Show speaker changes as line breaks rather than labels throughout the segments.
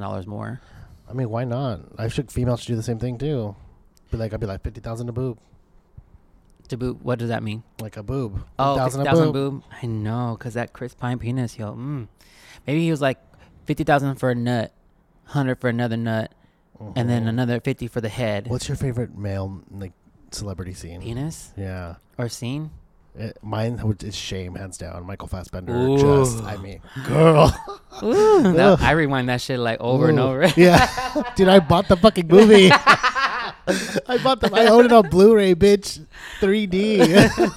dollars more.
I mean, why not? I should females should do the same thing too. Be like, I'd be like fifty thousand a boob,
To boot, what does that mean?
like a boob.
Oh,
50,000
50,000 boob. I know, cause that Chris Pine penis, yo. Mm. Maybe he was like fifty thousand for a nut, hundred for another nut, and then
Mhm.
another fifty for the head.
What's your favorite male like celebrity scene?
penis
Yeah,
or scene?
it, mine would- is shame hands down. Michael Fassbender,
Ooh.
just I mean, girl,
Ooh, that-
Ugh.
I rewind that shit like over and
Ooh.
over.
yeah, dude, I bought the fucking movie. I bought the. I own it on Blu-ray, bitch. 3D.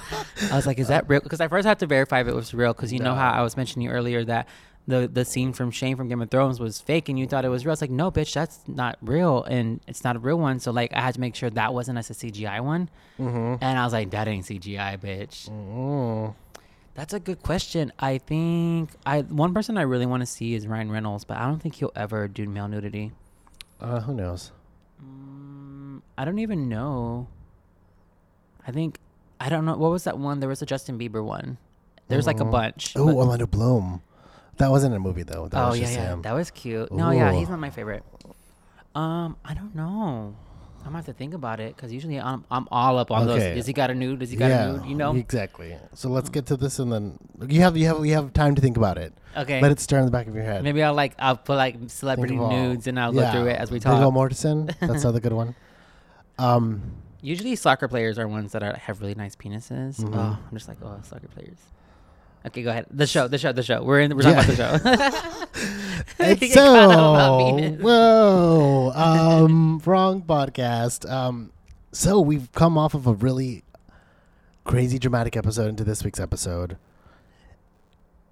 I was like, is that real? Because I first had to verify if it was real. Because you know how I was mentioning earlier that the the scene from Shane from Game of Thrones was fake, and you thought it was real. It's like, no, bitch, that's not real, and it's not a real one. So like, I had to make sure that wasn't as a CGI one. And I was like, that ain't CGI, bitch.
mm.
That's a good question. I think I one person I really want to see is Ryan Reynolds, but I don't think he'll ever do male nudity.
uh, who knows?
Mm, I don't even know. I think I don't know what was that one. There was a Justin Bieber one. There's like a bunch.
Oh,
but-
Orlando Bloom. That wasn't a movie though. That
oh
was
yeah,
just
yeah,
him.
that was cute. No, yeah, he's
Ooh.
not my favorite. Um, I don't know. I'm gonna have to think about it because usually I'm I'm all up on
Okay.
those. Does he got a nude? Does he got a nude? You know?
exactly. So let's get to this, and then you have you have you have time to think about it.
Okay.
Let it stir in the back of your head.
Maybe I'll like I'll put like
Think
celebrity
of all-
nudes and I'll
Yeah.
go through it as we
Viggo
talk.
Mortensen, that's another good one. Um,
Usually soccer players are ones that are, have really nice penises.
Mhm.
Oh, I'm just like oh soccer players. Okay, go ahead. The show, the show, the show. We're in. We're talking about the show.
and
You get caught up about
so
penis.
whoa, um, wrong podcast. Um, so we've come off of a really crazy dramatic episode into this week's episode,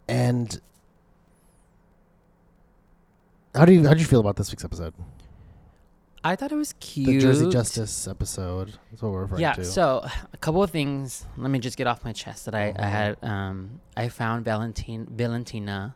and how do you how do you feel about this week's episode?
I thought it was cute.
The Jersey Justice episode. That's what we're referring
yeah
to.
so a couple of things let me just get off my chest that i, I
Mhm.
had um i found valentine valentina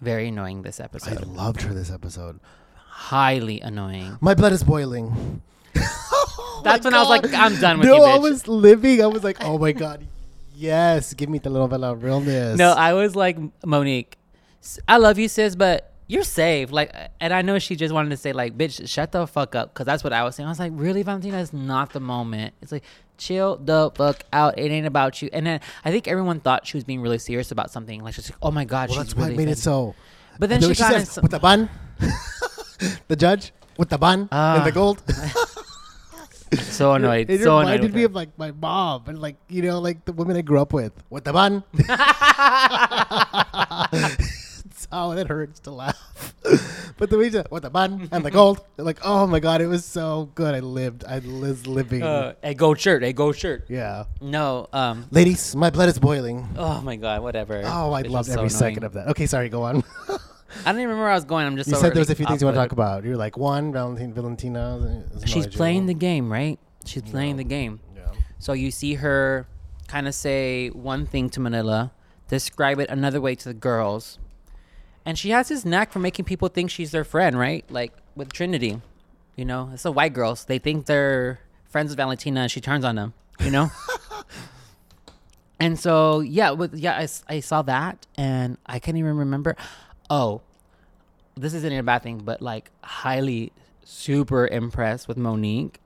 very annoying this
I
episode
loved her this episode.
highly annoying
My blood is boiling.
that's when i was like i'm done with
Oh no,
you
I
bitch.
was living. I was like, oh my god, yes, give me the little bit of realness.
no i was like monique s- i love you sis but you're safe like and i know she just wanted to say like bitch shut the fuck up because that's what i was saying i was like really valentina is not the moment it's like chill the fuck out it ain't about you and then i think everyone thought she was being really serious about something like she's like oh my god
well,
she's
that's why
really
I made it
offended."
so.
But then
You know
she,
what
got in
says,
some,
with the bun, the judge with the bun
Ah.
and the gold.
so annoyed,
it
so annoyed.
reminded
with
me
her.
of like my mom and like you know like the women I grew up with with the bun. oh, that hurts to laugh. but the way she said, with the bun and the gold, like oh my god, it was so good. I lived. I was living.
Uh, a gold shirt, a gold shirt.
yeah,
No, um,
ladies, my blood is boiling.
oh my god, whatever.
Oh, I
It was
loved
so
every second
annoying.
of that. Okay, sorry, go on.
I don't even remember where I was going. I'm just.
you
so
said there was
already
a few things you want to
off,
talk about. You're like one, Valentine Valentina. uh, is-
but-
is
She's
annoyed you.
playing the game, right? She's playing the game.
Yeah.
So you see her kind of say one thing to Manila, describe it another way to the girls, and she has this knack for making people think she's their friend, right? Like with Trinity, you know, it's the white girls. They think they're friends with Valentina, and she turns on them, you know. and so yeah, with, yeah, I, s- I saw that, and I can't even remember. Oh, this isn't a bad thing, but like highly super impressed with Monique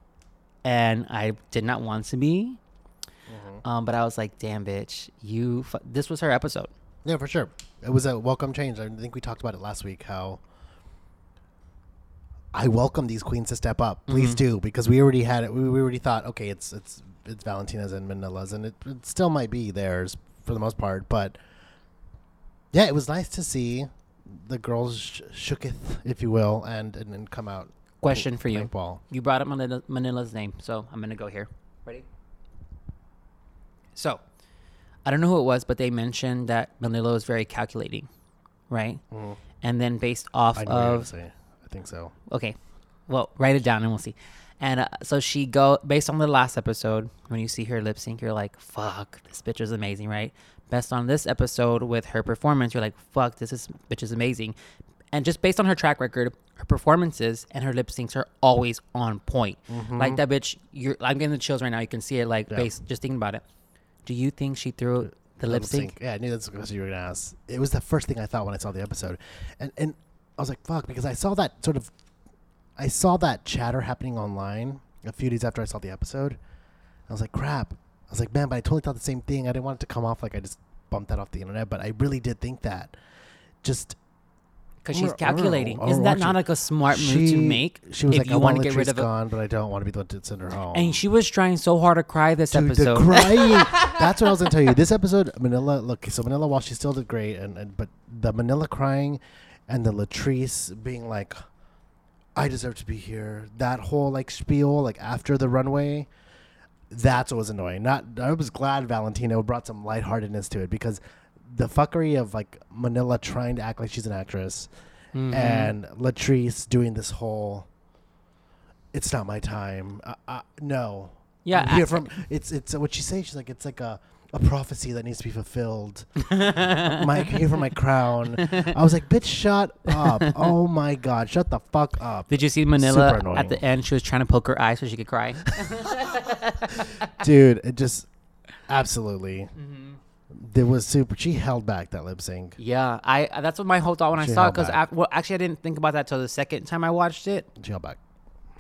and I did not want to be.
Mm-hmm.
Um, but I was like, "Damn, bitch! You." Fu-. This was her episode.
Yeah, for sure. It was a welcome change. I think we talked about it last week how I welcome these queens to step up. Please
Mm-hmm.
do because we already had it. We, we already thought, okay, it's it's it's Valentina's and Manila's, and it, it still might be theirs for the most part. But yeah, it was nice to see the girls sh- shooketh, if you will, and and, and come out.
Question for you:
Like ball.
You brought up Manila, Manila's name, so I'm gonna go here. Ready? So, I don't know who it was, but they mentioned that Manila was very calculating, right? And then based off
Mm-hmm. I know what you're gonna
of
say. I think so.
okay well write it down and we'll see and uh, so she go based on the last episode when you see her lip sync you're like fuck this bitch is amazing right best on this episode with her performance you're like fuck this is bitch is amazing and just based on her track record her performances and her lip syncs are always on point like that bitch you're i'm getting the chills right now you can see it like
Mm-hmm. Yeah.
based just thinking about it do you think she threw the lip sync
Yeah, I knew that's what you were gonna ask. It was the first thing I thought when I saw the episode, and and was like, fuck, because I saw that sort of, I saw that chatter happening online a few days after I saw the episode. I was like, crap. I was like, man, but I totally thought the same thing. I didn't want it to come off like I just bumped that off the internet, but I really did think that. Just
because she's
Overall-
calculating.
overall,
Isn't that
she-
not like a smart move
she,
to make?
She was
if
like,
you
I
want
want
to
the
get rid of it.
gone, but I don't want to be the one to send her home.
And she was trying so hard to cry this
Dude, the
episode.
crying. That's what I was gonna tell you. This episode, Manila. Look, so Manila, while she still did great, and, and but the Manila crying, and the Latrice being like, "I deserve to be here." That whole like spiel, like after the runway, that's what was annoying. Not I was glad Valentino brought some lightheartedness to it because the fuckery of like Manila trying to act like she's an actress,
Mhm.
and Latrice doing this whole. It's not my time. Uh, uh, no,
yeah,
you hear
I-
from it's it's what she says. She's like it's like a a prophecy that needs to be fulfilled. my here for my crown. I was like, bitch, shut up. Oh my god, shut the fuck up,
Did you see Manila
Super
at the
annoying.
end? She was trying to poke her eye so she could cry.
dude. It just absolutely. There was super. She held back that lip sync.
yeah, I. That's what my whole thought when I
She
saw it
held
because
back.
well, actually I didn't think about that till the second time I watched it.
She held back.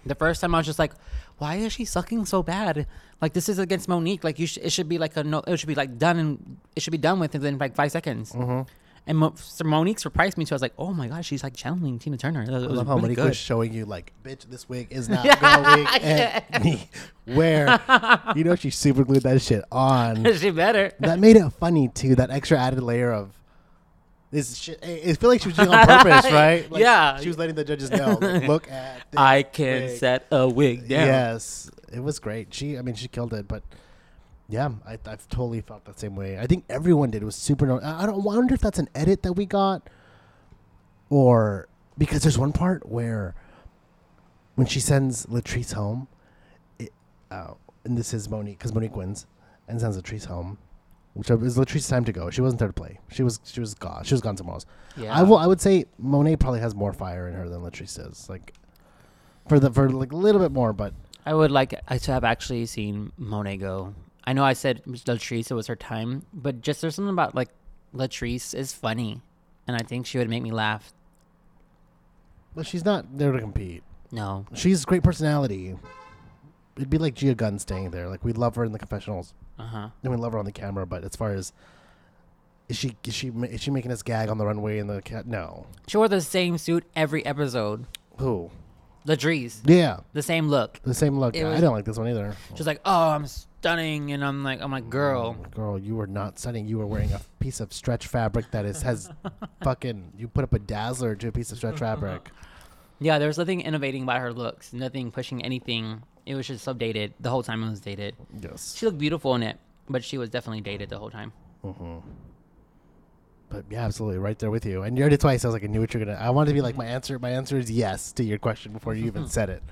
The first time I was just like, why is she sucking so bad? Like this is against Monique. Like you, sh- it should be like a no. It should be like done and it should be done with within like five seconds.
Mm-hmm.
And Mo- so Monique surprised me too. I was like, oh my god, she's like channeling Tina Turner. It was, it
I
was
love how
really
Monique
good.
was showing you like, bitch, this wig is not going anywhere. you know she super glued that shit on.
she better.
that made it funny too. That extra added layer of this shit. It it feel like she was doing it on purpose, right? Like,
Yeah.
she was letting the judges know. like, look at this
I can
wig.
set a wig down.
Yes, it was great. She, I mean, she killed it. But yeah, I, I've totally felt that same way. I think everyone did. It was super. No- I I don't wonder if that's an edit that we got, or because there's one part where when she sends Latrice home, it, uh, and this is Monique because Monique wins and sends Latrice home. Which is Latrice's time to go. She wasn't there to play. She was she was gone. She was gone somewhere else.
Yeah.
I will. I would say Monet probably has more fire in her than Latrice does. Like for the for like a little bit more, but
I would like I to have actually seen Monet go. I know I said Latrice it was her time, but just there's something about like Latrice is funny, and I think she would make me laugh.
But she's not there to compete.
No,
She's great personality. It'd be like Gia Gunn staying there. Like we love her in the confessionals,
uh huh.
and we love her on the camera. But as far as is she is she ma- is she making us gag on the runway in the cat? No.
She wore the same suit every episode.
Who?
Latrice,
Yeah,
the same look.
the same look.
It
I
was-
didn't like this one either.
She's like, oh, I'm stunning, and I'm like, I'm like, girl.
Girl, you were not stunning. You were wearing a piece of stretch fabric that is has fucking. You put up a dazzler to a piece of stretch fabric.
Yeah, there was nothing innovating about her looks. Nothing pushing anything. It was just so dated the whole time. It was dated.
Yes.
She looked beautiful in it, but she was definitely dated the whole time.
But yeah, absolutely, right there with you. And you heard it twice. I was like, I knew what you're gonna. I wanted to be like my answer. My answer is yes to your question before you even said it.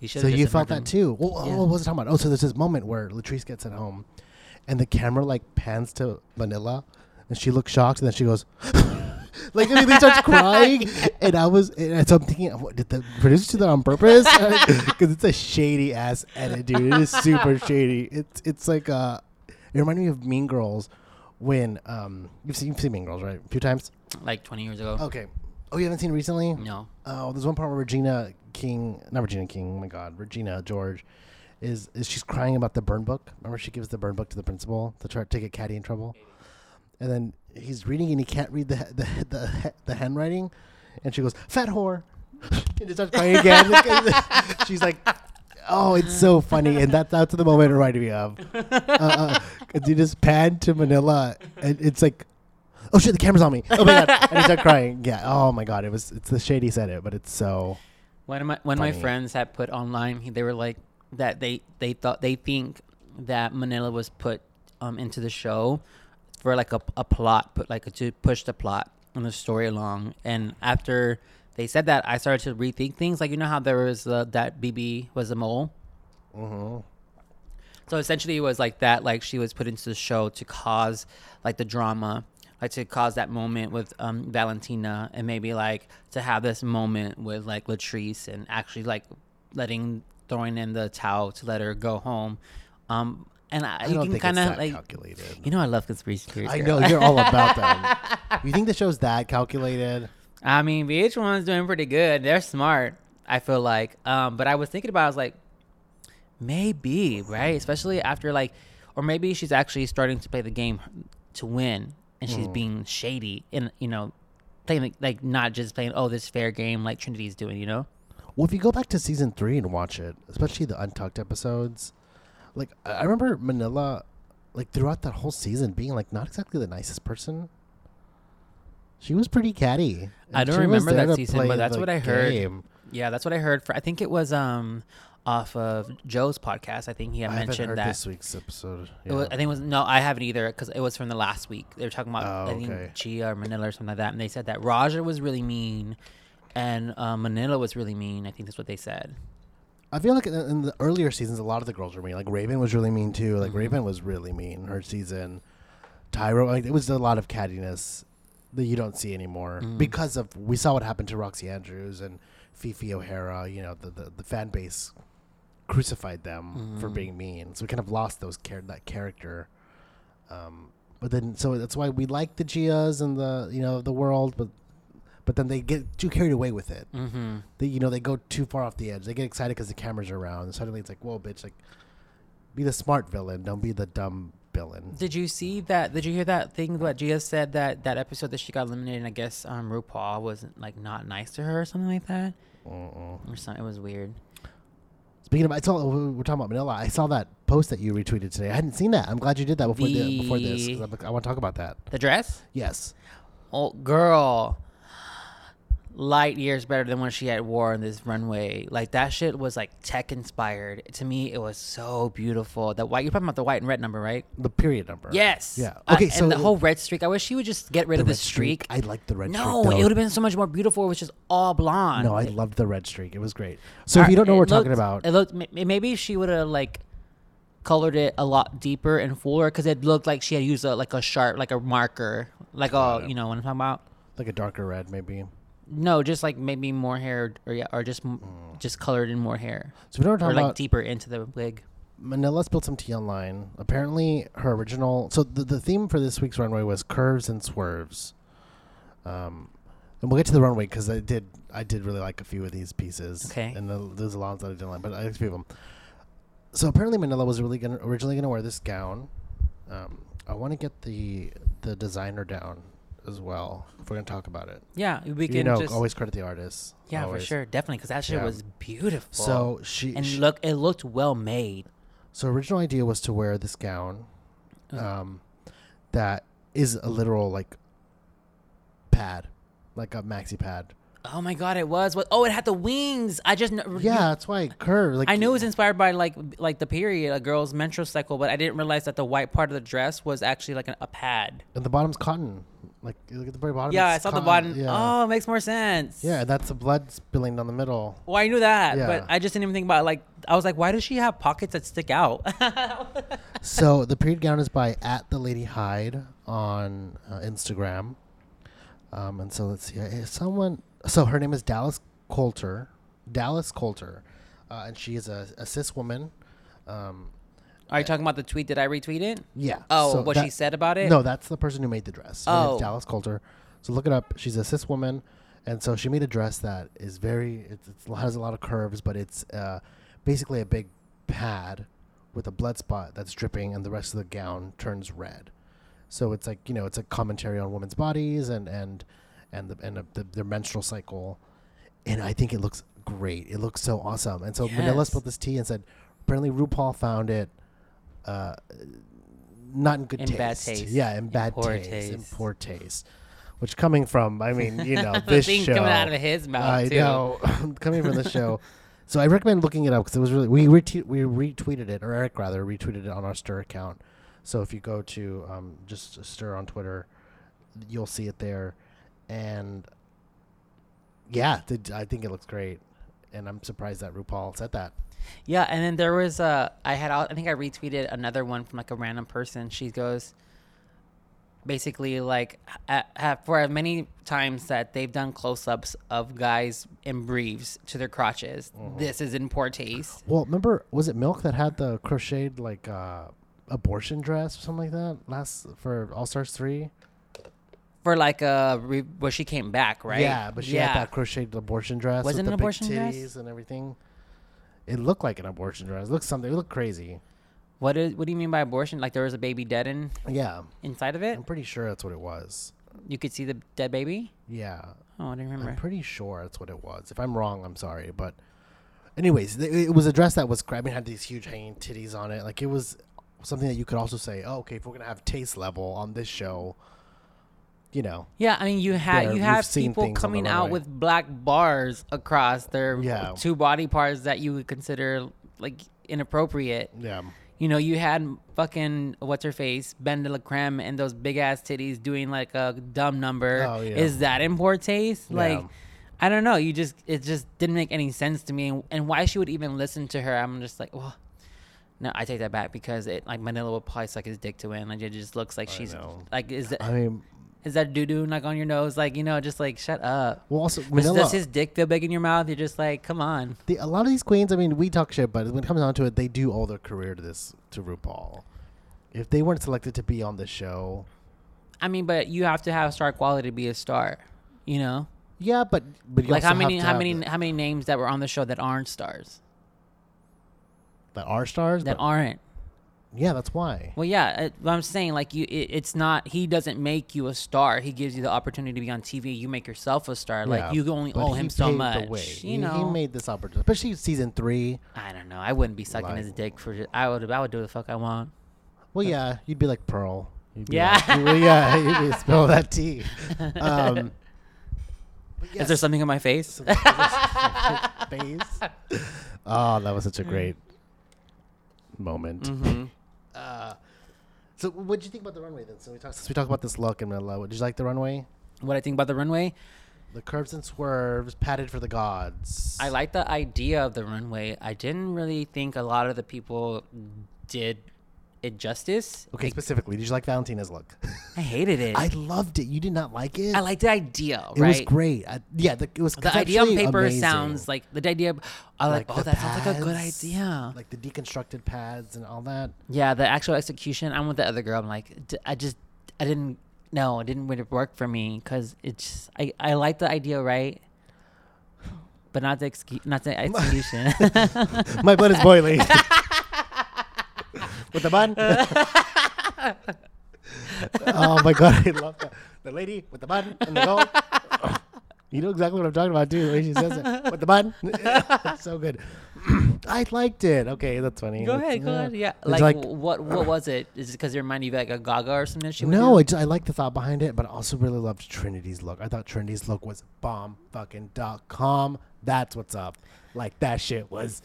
You
So you felt that too. Well, oh,
Yeah.
what was it talking about? Oh, so there's this moment where Latrice gets at home, and the camera like pans to Vanilla, and she looks shocked, and then she goes. like and then starts crying, and I was, and so I'm thinking, what, did the producer do that on purpose? Because it's a shady ass edit, dude. It is super shady. It's it's like uh, it reminded me of Mean Girls, when um, you've seen you've seen Mean Girls right a few times.
like 20 years ago.
Okay. Oh, you haven't seen it recently?
No.
Oh, there's one part where Regina King, not Regina King. Oh my God, Regina George, is is she's crying about the burn book. Remember, she gives the burn book to the principal to try to get Caddy in trouble, and then he's reading and he can't read the the the, the handwriting, and she goes fat whore, and just starts crying again. she's like. Oh, it's so funny, and that, that's the moment it reminded me of. Uh, uh, 'cause you just pan to Manila, and it's like oh shit, the camera's on me. Oh my god, and he started crying. Yeah. Oh my god, it was. It's the shady said it, but it's so.
One of my one of my
Funny.
friends had put online. he- They were like that. They they thought they think that Manila was put um into the show for like a, a plot, put like a, to push the plot and the story along. And after they said that, I started to rethink things. Like you know how there was uh, that BB was a mole. So essentially, it was like that. Like she was put into the show to cause like the drama, like to cause that moment with um, Valentina, and maybe like to have this moment with like Latrice, and actually like letting throwing in the towel to let her go home. Um, and I,
I
you
don't
can
think
kind
it's
of
that
like
calculated.
you know I love conspiracy theories.
I
girl.
know you're all about them. You think the show's that calculated?
I mean, VH1's doing pretty good. They're smart. I feel like. Um, but I was thinking about. I was like, maybe right, especially after like, or maybe she's actually starting to play the game to win, and she's being shady and you know, playing like, like not just playing oh this fair game like Trinity's doing. You know,
Well, if you go back to season three and watch it, especially the Untucked episodes, like I I remember Manila, like throughout that whole season, being like not exactly the nicest person. She was pretty catty.
I
and
don't
she was
remember
there
that
to
season,
play
but that's
the
what I heard.
game.
Yeah, that's what I heard. For I think it was um off of Joe's podcast. I think he had
I haven't
mentioned
heard
that.
this week's episode.
It was, I
yeah.
think it was no, I haven't either because it was from the last week. They were talking about
Oh,
I think
okay.
Gia or Manila or something like that, and they said that Raja was really mean, and uh, Manila was really mean. I think that's what they said.
I feel like in, in the earlier seasons, a lot of the girls were mean. Like Raven was really mean too. Like Raven was really mean her season. Tyro, like it was a lot of cattiness that you don't see anymore because of we saw what happened to Roxy Andrews and Fifi O'Hara. You know, the the, the fan base crucified them for being mean, so we kind of lost those char- that character. Um, but then, so that's why we like the Gias and the you know the world, but but then they get too carried away with it
Mm-hmm.
they you know they go too far off the edge. They get excited because the cameras are around. And suddenly it's like, whoa, bitch! Like, be the smart villain. Don't be the dumb villain.
Did you see that? Did you hear that thing that Gia said that that episode that she got eliminated? And I guess um, RuPaul was like not nice to her or something like that,
Mm-mm.
or something. It was weird.
Speaking of, I saw we're talking about Manila. I saw that post that you retweeted today. I hadn't seen that. I'm glad you did that before the, before this. 'cause I'm- I want to talk about that.
The dress,
Yes,
oh girl, light years better than what she had wore on this runway. Like that shit was like tech inspired. To me, it was so beautiful. That white you're talking about the white and red number, right?
the period number.
Yes.
Yeah.
Uh,
Okay.
and
so
the whole red streak. I wish she would just get rid of the
red
streak.
I like the red
no,
streak.
it
though.
would have been so much more beautiful. It was just all blonde.
No, I
It-
loved the red streak. It was great. So if you don't know what
it
we're talking
looked-
about,
It looked m- m- maybe she would have like colored it a lot deeper and fuller because it looked like she had used a like a sharp like a marker like a you know what I'm talking about.
like a darker red, maybe.
No, just like maybe more hair or yeah, or just m
Mm.
just colored in more hair
So if you don't know
or
what
like
we're talking about.
deeper into the wig.
Manila spilled some tea online. Apparently, her original. So the, the theme for this week's runway was curves and swerves. Um, and we'll get to the runway because I did I did really like a few of these pieces.
Okay.
And the, there's a lot that I didn't like, but I liked a few of them. So apparently, Manila was really gonna, originally going to wear this gown. Um, I want to get the the designer down as well. If we're going to talk about it,
Yeah, we can
you know,
just
always credit the artists.
yeah
always.
for sure definitely because that shit
Yeah.
was beautiful.
So she
and
she-
look, it looked well made.
So original idea was to wear this gown,
Uh.
um, that is a literal like pad, like a maxi pad.
Oh my god, it was. What? Oh, it had the wings. I just kn-
Yeah, that's why it curved. Like
I knew it was inspired by like like the period, a girl's menstrual cycle, but I didn't realize that the white part of the dress was actually like an, a pad.
and the bottom's cotton. Like you look at the very bottom.
Yeah, I
it's
saw the
cotton.
bottom.
Yeah,
Oh, it makes more sense.
yeah, and that's the blood spilling down the middle.
Well, I knew that, but
Yeah.
I just didn't even think about it. like I was like, why does she have pockets that stick out?
so the period gown is by at the lady Hyde on uh, Instagram. Um, and so let's see. uh, If someone, so her name is Dallas Coulter, Dallas Coulter, uh, and she is a, a cis woman. Um,
Are you talking about the tweet? Did I retweet it?
yeah.
Oh,
so
what she
that-
said about it?
No, that's the person who made the dress. Her
Oh.
name's Dallas Coulter. So look it up. She's a cis woman, and so she made a dress that is very. It's, it's has a lot of curves, but it's uh, basically a big pad with a blood spot that's dripping, and the rest of the gown turns red. So it's like you know, it's a commentary on women's bodies and and and the, and the, their menstrual cycle, and I think it looks great. It looks so awesome. And so Manila
Yes.
spilled this tea and said, apparently RuPaul found it. Uh, not in good
In
taste.
bad taste.
Yeah, in
In
bad
poor
taste, In
taste.
poor taste. Which coming from, I mean, you know, this
Things
show.
coming out of his mouth
I
too.
know, coming from the show. So I recommend looking it up because it was really we rete- we retweeted it or Eric rather retweeted it on our Stir account. So if you go to um, just Stir on Twitter, you'll see it there, and yeah, th- I think it looks great, and I'm surprised that RuPaul said that.
Yeah, and then there was uh, I had al- I think I retweeted another one from like a random person. She goes, basically like ha ha for as many times that they've done close-ups of guys in briefs to their crotches,
Mm-hmm.
this is in poor taste.
Well, remember, was it Milk that had the crocheted like uh, abortion dress or something like that last for All Stars three?
for like a re- where she came back, right?
Yeah, but she had that crocheted abortion dress
Was
with
it
the
an abortion
big
dress?
titties and everything. It looked like an abortion dress. It looked something. It looked crazy.
What is? What do you mean by abortion? Like there was a baby dead in
Yeah,
inside of it?
I'm pretty sure that's what it was.
You could see the dead baby.
Yeah,
Oh, I didn't
I'm
remember.
pretty sure that's what it was. If I'm wrong, I'm sorry. But, anyways, th- it was a dress that was grabbing, had these huge hanging titties on it. Like it was something that you could also say, oh, okay, if we're gonna have taste level on this show, you know,
Yeah, I mean you
There,
had you
we've
have
seen
people
things on the
coming out
runway.
with black bars across their
Yeah.
two body parts that you would consider like inappropriate.
yeah,
You know, you had fucking what's her face, Ben de la Creme, and those big ass titties doing like a dumb number.
Oh, yeah.
Is that in poor taste? Like,
Yeah.
I don't know. You just it just didn't make any sense to me, and, and why she would even listen to her. I'm just like, well, no, I take that back because it like Manila will probably suck his dick to it, and like, it just looks like she's
know.
like, is that
I mean,
is that doo doo like on your nose? Like you know, just like shut up.
well, also
Does-
Manila.
Does his dick feel big in your mouth? You're just like, come on.
the, a lot of these queens, I mean, we talk shit, but when it comes down to it, they do owe their career to this to RuPaul. If they weren't selected to be on the show,
I mean, but you have to have star quality to be a star. You know.
yeah, but but you
like
also
how many
have to
how
have
many
the-
how many names that were on the show that aren't stars
that are stars?
that
But-
aren't
yeah, that's why.
well yeah it, i'm saying like you it, it's not he doesn't make you a star he gives you the opportunity to be on tv you make yourself a star like
Yeah,
you only
but
owe
he
him so
paved the
much
way. He-
you know
he made this opportunity, especially season three.
i don't know i wouldn't be sucking
Like-
his dick for ju- i would i would do the fuck i want
Well, yeah, you'd be like Pearl. You'd be
Yeah.
like- well, yeah, you'd be spill that tea. Um, but
is there something in my face
yes, face. Oh, that was such a great moment.
Mhm.
Uh, so, what did you think about the runway then? So we talked. Since we talked about this look and Manila, what- did you like the runway?
what i think about the runway
The curves and swerves, padded for the gods.
I like the idea of the runway. I didn't really think a lot of the people did it justice.
Okay,
Like,
specifically, did you like Valentina's look?
I hated it.
I
I,
loved it. You did not like it.
like the idea.
It
right?
was great. I, yeah, the, it was
the idea on
conceptually
paper
amazing.
sounds like the idea. I like, oh,
the
that sounds like a good
pads,
idea.
Like the deconstructed pads and all that.
yeah, the actual execution. I'm with the other girl. I'm like, d- I just, I didn't, no, it didn't really work for me because it's, I, I like the idea, right? But not the excu- not the execution.
My blood is boiling. With the bun. oh my god, I love that. The lady with the bun and the gold. You know exactly what I'm talking about too. The way she says it with the bun, It's so good. I liked it. Okay, that's funny.
go
That's-
ahead, go
yeah.
ahead. Yeah,
It's
like, wh- what what was it? Is it because it reminded you of like a Gaga or something? She would
No,
do?
I, just, I like the thought behind it, but I also really loved Trinity's look. I thought Trinity's look was bomb fucking dot com. That's what's up. Like that shit was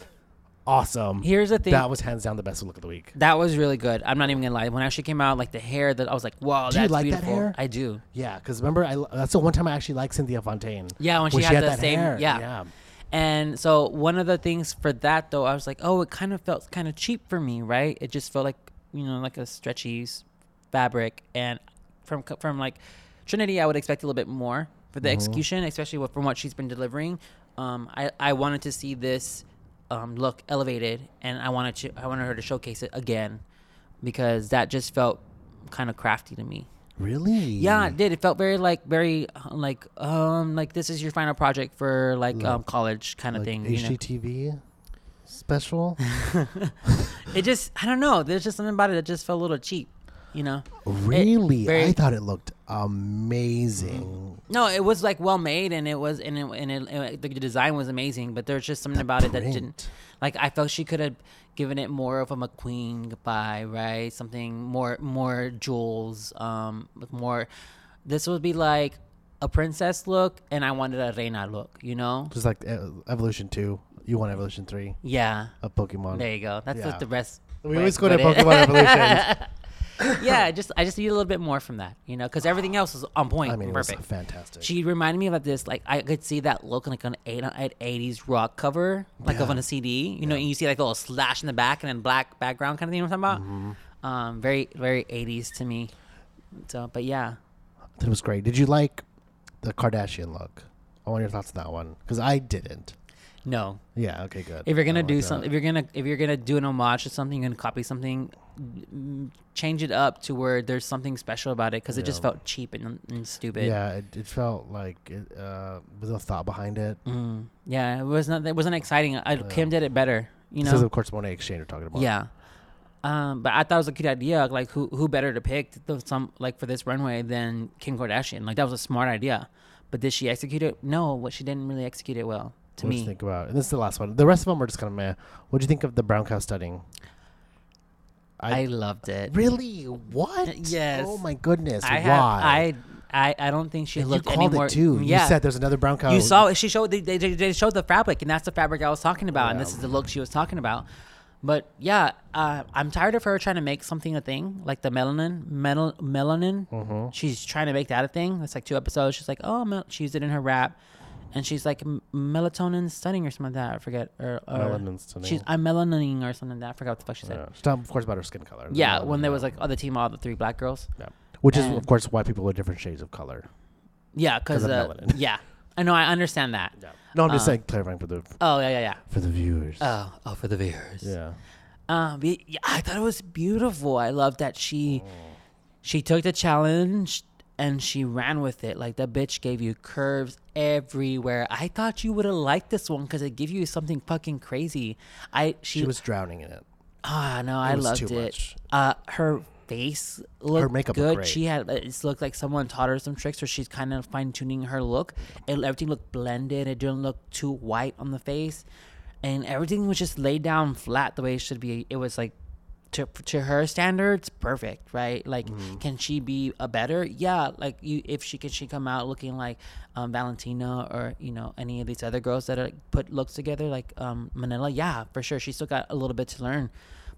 awesome.
Here's the thing.
That was hands down the best look of the week.
that was really good. I'm not even gonna lie. When actually came out, like the hair, that I was like, wow,
you
that's
like that
beautiful.
hair?
I do.
Yeah, because remember, I lo- that's the one time I actually liked Cynthia Fontaine.
Yeah, when she, had, the same. Yeah. And so one of the things for that though, I was like, oh, it kind of felt kind of cheap for me, right? It just felt like you know like a stretchy s- fabric, and from co- from like Trinity, I would expect a little bit more for the execution, especially with, from what she's been delivering. Um, I I wanted to see this um, look elevated, and I wanted to, I wanted her to showcase it again because that just felt kind of crafty to me.
Really?
Yeah,
Mm.
it did. It felt very like very uh, like um like this is your final project for like, um college kind of
Mm. Like
thing. You know?
HGTV special.
It just I don't know. There's just something about it that just felt a little cheap. You know?
Oh. really?
very- Mm.
I thought it looked amazing.
No, it was like well made and it was and it, and it, and it- the design was amazing, but there's just something about it that didn't
print.
like I felt she could have given it more of a McQueen vibe, right? Something more more jewels, um with more this would be like a princess look and I wanted a reina look, you know?
Just like uh, Evolution Two. You want Evolution Three
Yeah.
of Pokemon?
There you go. That's
Yeah.
what the rest.
We
way
always
to
go to
put it.
Pokemon Evolutions.
yeah, I just I just need a little bit more from that, you know, because everything else was on point,
I mean, it was
perfect.
fantastic.
She reminded me about this, like I could see that look like an eight an eighties rock cover, like of
Yeah.
on a CD, you know, and you see like a little slash in the back and then black background kind of thing. You know what I'm talking about?
Mm-hmm.
Um, very very eighties to me. So, but yeah,
That was great. Did you like the Kardashian look? I want your thoughts on that one because I didn't.
no.
Yeah. Okay. Good.
If you're
I
gonna
don't
do
like
something,
that.
if you're gonna if you're gonna do an homage to something, you're gonna copy something. mm, change it up to where there's something special about it because it just
Yeah.
felt cheap and, and stupid.
yeah, it, it felt like it, uh, with no thought behind it.
Mm. Yeah, it was not. It wasn't exciting. I,
Yeah.
Kim did it better. You
this is
know.
of course Monet Exchange we're talking about.
Yeah. Um, but I thought it was a cute idea. Like, who who better to pick th- some like for this runway than Kim Kardashian? Like, that was a smart idea. But did she execute it? No, what she didn't really execute it well. To
what do
me,
you think about? And this is the last one. The rest of them were just kind of meh. What do you think of the brown cow studying?
I, loved it.
really what?
Uh, Yes.
Oh my goodness.
I
why?
have, I I I don't think she
And you
looked
called
anymore.
it too.
Yeah.
You said there's another brown cow.
You saw she showed they, they, they showed the fabric, and that's the fabric I was talking about, and
Yeah.
this is the look she was talking about. But yeah, uh, I'm tired of her trying to make something a thing, like the melanin, mel- melanin.
Mm-hmm.
She's trying to make that a thing. It's like two episodes. She's like, oh, mel-. she used it in her rap, and she's like "M- melatonin stunning or something like that. I forget. Or, or
Melanin stunning.
She's I'm melanining or something like that. I forgot what the fuck she said.
Yeah. She's talking, of course, about her skin color.
Yeah,
The
when
melanin,
there
yeah.
was like other team, all the three black girls.
Yeah. Which is,
And-
of course, why people are different shades of color.
Yeah, because
'Cause of
uh,
melanin.
yeah, I know. I understand that.
No, I'm just
Uh,
saying clarifying for the
Oh yeah, yeah, yeah.
for the viewers.
Oh, oh, for the viewers.
yeah.
Um, y- yeah, I thought it was beautiful. I love that she she took the challenge and she ran with it. Like that bitch gave you curves everywhere. I thought you would have liked this one because it gave you something fucking crazy. I she,
She
was
was drowning in it.
ah no, I
was
loved
too
it.
much.
Uh, her face looked
makeup looked
good.
great.
She had it looked like someone taught her some tricks, or she's kind of fine tuning her look. It, everything looked blended. It didn't look too white on the face, and everything was just laid down flat the way it should be. It was like to to her standards, perfect, right? Like, can she be a better? Yeah, like you, if she can, she come out looking like um, Valentina or you know any of these other girls that are put looks together, like um, Manila. Yeah, for sure, she still got a little bit to learn,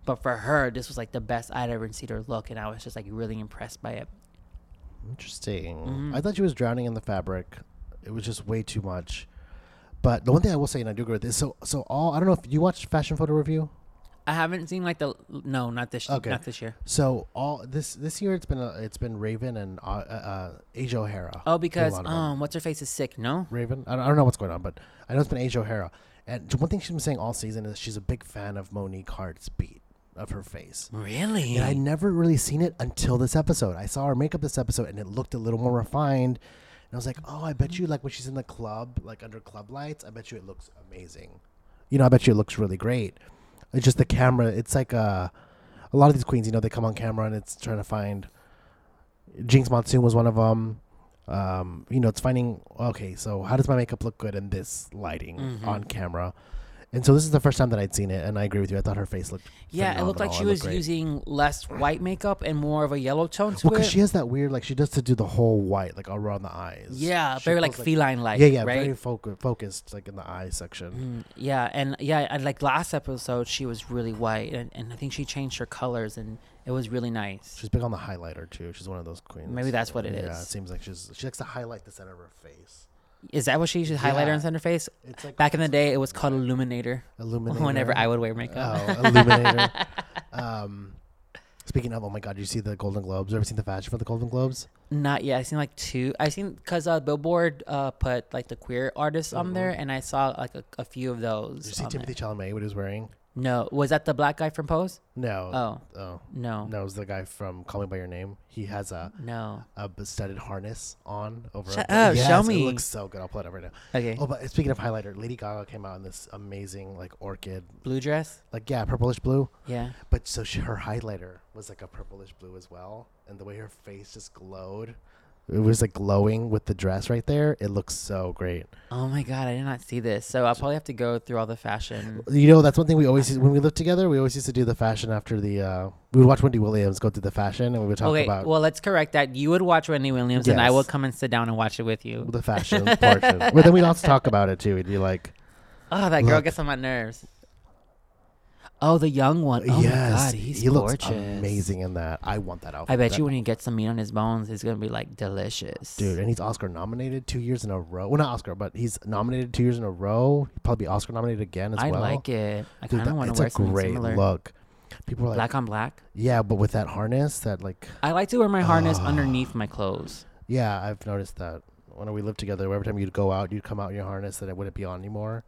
but for her, this was like the best I'd ever seen her look, and I was just like really impressed by it.
Interesting. I thought she was drowning in the fabric. It was just way too much. But the one thing I will say, and I do agree with this, so so all I don't know if you watched Fashion Photo Review.
I haven't seen like the no, not this,
Okay.
not this year.
So all this this year it's been a, it's been Raven and uh, uh, Asia O'Hara.
Oh,
Do a
because
lot of them.
um, what's her face is sick. No,
Raven. I don't, I don't know what's going on, but I know it's been Asia O'Hara. And one thing she's been saying all season is she's a big fan of Monique Hart's beat of her face.
really?
And I never really seen it until this episode. I saw her makeup this episode, and it looked a little more refined. And I was like, oh, I bet you like when she's in the club, like under club lights, I bet you it looks amazing. You know, I bet you it looks really great. It's just the camera. It's like a, a lot of these queens. You know, they come on camera and it's trying to find. Jinx Monsoon was one of them. Um, you know, it's finding okay. So how does my makeup look good in this lighting
Mm-hmm.
on camera? And so this is the first time that I'd seen it, and I agree with you. I thought her face looked
yeah, it looked like
phenomenal.
she
It
was
great.
using less white makeup and more of a yellow tone to
Well,
it.
because she has that weird, like she does to do the whole white, like all around the eyes.
Yeah,
She
very
goes,
like feline like.
yeah, yeah,
right.
very focu- focused, like in the eye section.
Mm, yeah, and yeah, and like last episode, she was really white, and, and I think she changed her colors, and it was really nice.
She's big on the highlighter too. She's one of those queens.
Maybe that's what it
it is. Yeah,
is.
it seems like she's she likes to highlight the center of her face.
Is that what she used highlighter
Yeah.
and center face?
It's like
Back in the day, it was called illuminator.
illuminator.
Whenever I would wear makeup,
oh illuminator. um, speaking of, oh my god, did you see the Golden Globes? Ever seen the fashion for the Golden Globes?
not yet. I seen like two. I seen because uh, Billboard uh, put like the queer artists on there, and I saw like a, a few of those.
Mm-hmm. Did you see
on there.
Timothy Chalamet what he was wearing?
No, was that the black guy from Pose?
No.
Oh
Oh.
no, no.
No, it was the guy from Call Me by Your Name. He has a a studded harness on over.
Shut
a-
up, oh, show me.
It looks so good. I'll pull it up right now.
Okay,
Oh, but speaking of highlighter, Lady Gaga came out in this amazing like orchid,
blue dress.
like yeah, purplish blue.
Yeah.
But so she, her highlighter was like a purplish blue as well, and the way her face just glowed, it was like glowing with the dress right there. It looks so great.
Oh my god, I did not see this. So I'll probably have to go through all the fashion.
You know, that's one thing we always used, when we lived together. We always used to do the fashion after the. Uh, we would watch Wendy Williams go through the fashion, and we would talk
okay,
about
well, let's correct that. You would watch Wendy Williams, and I
Yes.
will come and sit down and watch it with you.
the fashion portion. But then we'd also talk about it too. We'd be like,
Oh, that girl
Look.
gets on my nerves. Oh, the young one. Oh
yes,
my god, he's
he
gorgeous.
looks amazing in that. I want that outfit.
I bet
That-
you when he gets some meat on his bones, he's gonna be like delicious,
dude. And he's Oscar nominated two years in a row. Well, not Oscar, but he's nominated two years in a row. He'll probably be Oscar nominated again as
I
well.
like it. I
Dude,
kind of
that-
want
it's
to wear
a
something
great
similar.
look. People are like,
Black on black.
yeah, but with that harness, that like,
I like to wear my harness
Ah.
underneath my clothes.
yeah, I've noticed that. When we lived together, every time you'd go out, you'd come out in your harness, and it wouldn't be on anymore.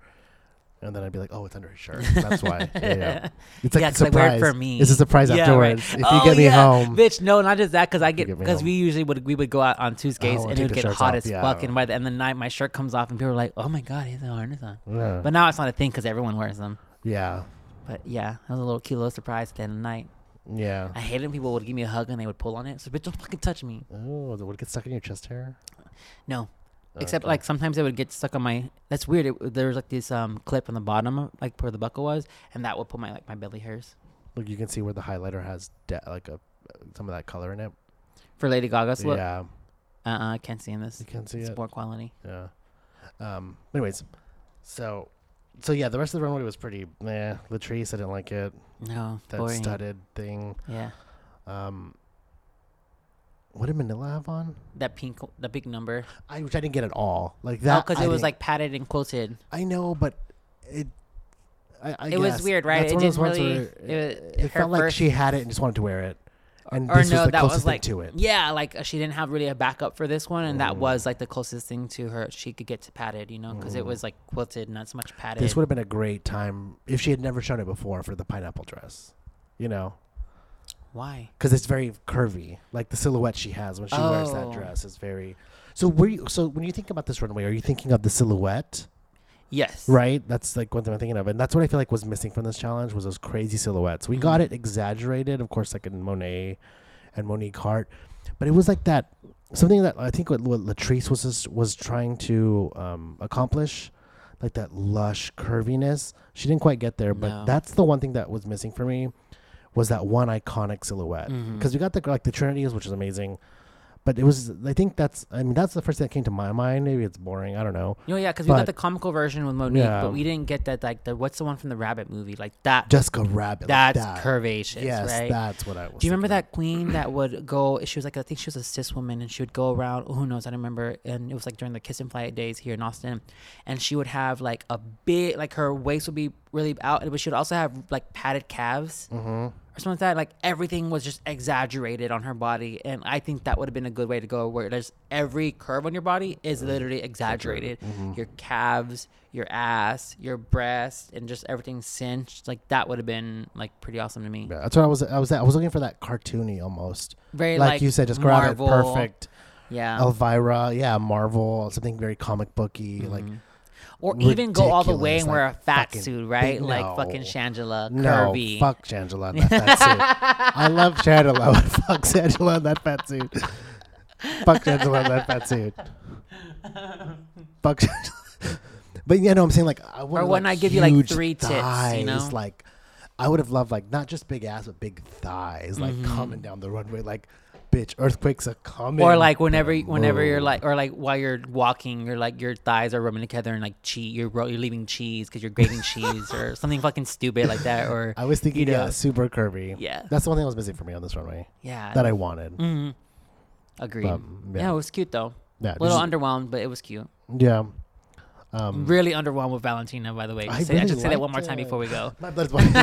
And then I'd be like, "Oh, it's under his shirt." That's why. Yeah, yeah. It's like
Yeah,
a
'cause, like, wear it
surprise
for me.
It's a surprise
Yeah, right.
afterwards. If
Oh,
you get me
yeah.
home,
bitch. No, not just that, because I get
get me
because
home.
we usually would we would go out on Tuesdays
Oh,
and it
take
would
the
get
shirts
hot
off,
as
yeah.
fuck, and by the end of the night my shirt comes off, and people are like, "Oh my god, he has a harness on."
yeah.
But now it's not a thing because everyone wears them.
yeah,
But yeah, that was a little cute little surprise at the end of the night.
yeah.
I hated when people would give me a hug and they would pull on it. So bitch, don't fucking touch me.
Oh, the wood gets stuck in your chest hair. Uh, oh.
No. Except
Okay.
like sometimes it would get stuck on my. That's weird. It, there was like this um clip on the bottom, of, like where the buckle was, and that would pull my like my belly hairs.
Look, you can see where the highlighter has de- like a some of that color in it.
For Lady Gaga's look,
yeah,
uh, uh I can't see in this.
you can see
It's
it.
poor quality.
Yeah. Um. Anyways, so so yeah, the rest of the runway was pretty. Nah, Latrice, I didn't like it.
No,
That
boring.
studded thing.
Yeah,
Um. What did Manila have on?
that pink, the big number.
I which I didn't get at all. Like
Oh,
that.
'cause
I
it was
didn't-
like padded and quilted.
I know, but it. I, I
It was
guess.
weird, right?
Uh, That's
It
one of those
didn't
ones
really-
where
it
it,
was-
it felt
her
like
first-
she had it and just wanted to wear it, and
or
this
no,
was the
that
closest
was like
thing to it. Mm.
Yeah, like uh, she didn't have really a backup for this one, and that was like the closest thing to her she could get to padded, you know, because it was like quilted, not so much padded.
Mm. This would have been a great time if she had never shown it before for the pineapple dress, you know,
Why?
because it's very curvy. Like the silhouette she has when she wears that
Oh.
dress is very. So were you? So when you think about this runway, are you thinking of the silhouette?
Yes.
Right, that's like one thing I'm thinking of, and that's what I feel like was missing from this challenge was those crazy silhouettes. We got
Mm-hmm.
it exaggerated, of course, like in Monet and Monique Hart, but it was like that something that I think what, what Latrice was just, was trying to um, accomplish, like that lush curviness. She didn't quite get there, but
No.
that's the one thing that was missing for me was that one iconic silhouette
Mhm.
because we got the like the Trinity is, which is amazing. But it was, I think that's, I mean, that's the first thing that came to my mind. Maybe it's boring. I don't know.
You know, yeah, because we got
But-
the comical version with Monique,
Yeah.
but we didn't get that like the what's the one from the Rabbit movie like that.
Jessica Rabbit. like
that's
that.
curvaceous,
Yes,
right?
that's what I was.
Do you remember
thinking.
that queen that would go? She was like, I think she was a cis woman, and she would go around. Who knows? I don't remember. And it was like during the Kiss and Flight days here in Austin, and she would have like a big, like her waist would be really out, but she would also have like padded calves or something like that. Like everything was just exaggerated on her body, and I think that would have been a good way to go. Where there's every curve on your body is literally exaggerated. Your calves, your ass, your breast, and just everything cinched. Like that would have been like pretty awesome to me.
Yeah, that's what I was. I was. I was looking for that cartoony almost.
Very
like,
like
you said, just grab it.
Marvel. Um,
Perfect.
Yeah.
Elvira. Yeah, Marvel. Something very comic booky. Like
Mm-hmm. or even go all the
ridiculous,
way and wear a
like,
fat
fucking
suit, right?
big-
Like
no.
fucking Shangela,
no,
curvy.
fuck Shangela in that fat suit. I love Shangela. but fuck Shangela in that fat suit. fuck Shangela in that fat suit. fuck. Shangela. But yeah, no, I'm saying like I wanted,
when
like,
I give you, like,
huge
three tits, you
thighs,
know?
like I would have loved like not just big ass but big thighs, like
Mm-hmm.
coming down the runway, like bitch, earthquakes are coming.
Or like whenever, whenever you're
move.
like, or like while you're walking, you're like your thighs are rubbing together and like cheese, you're ro- you're leaving cheese because you're grating cheese or something fucking stupid like that. Or
I was thinking,
you know.
yeah, super curvy.
Yeah. Mm.
that's the one thing that was missing for me on this runway
yeah,
that I wanted.
agreed.
um,
yeah.
yeah.
it was cute though.
Yeah,
A little
just-
underwhelmed, but it was cute.
yeah.
really underwhelmed with Valentina, by the way.
I
Say- I,
really
should say that one more
liked
time
it.
before we go.
My blood's boiling.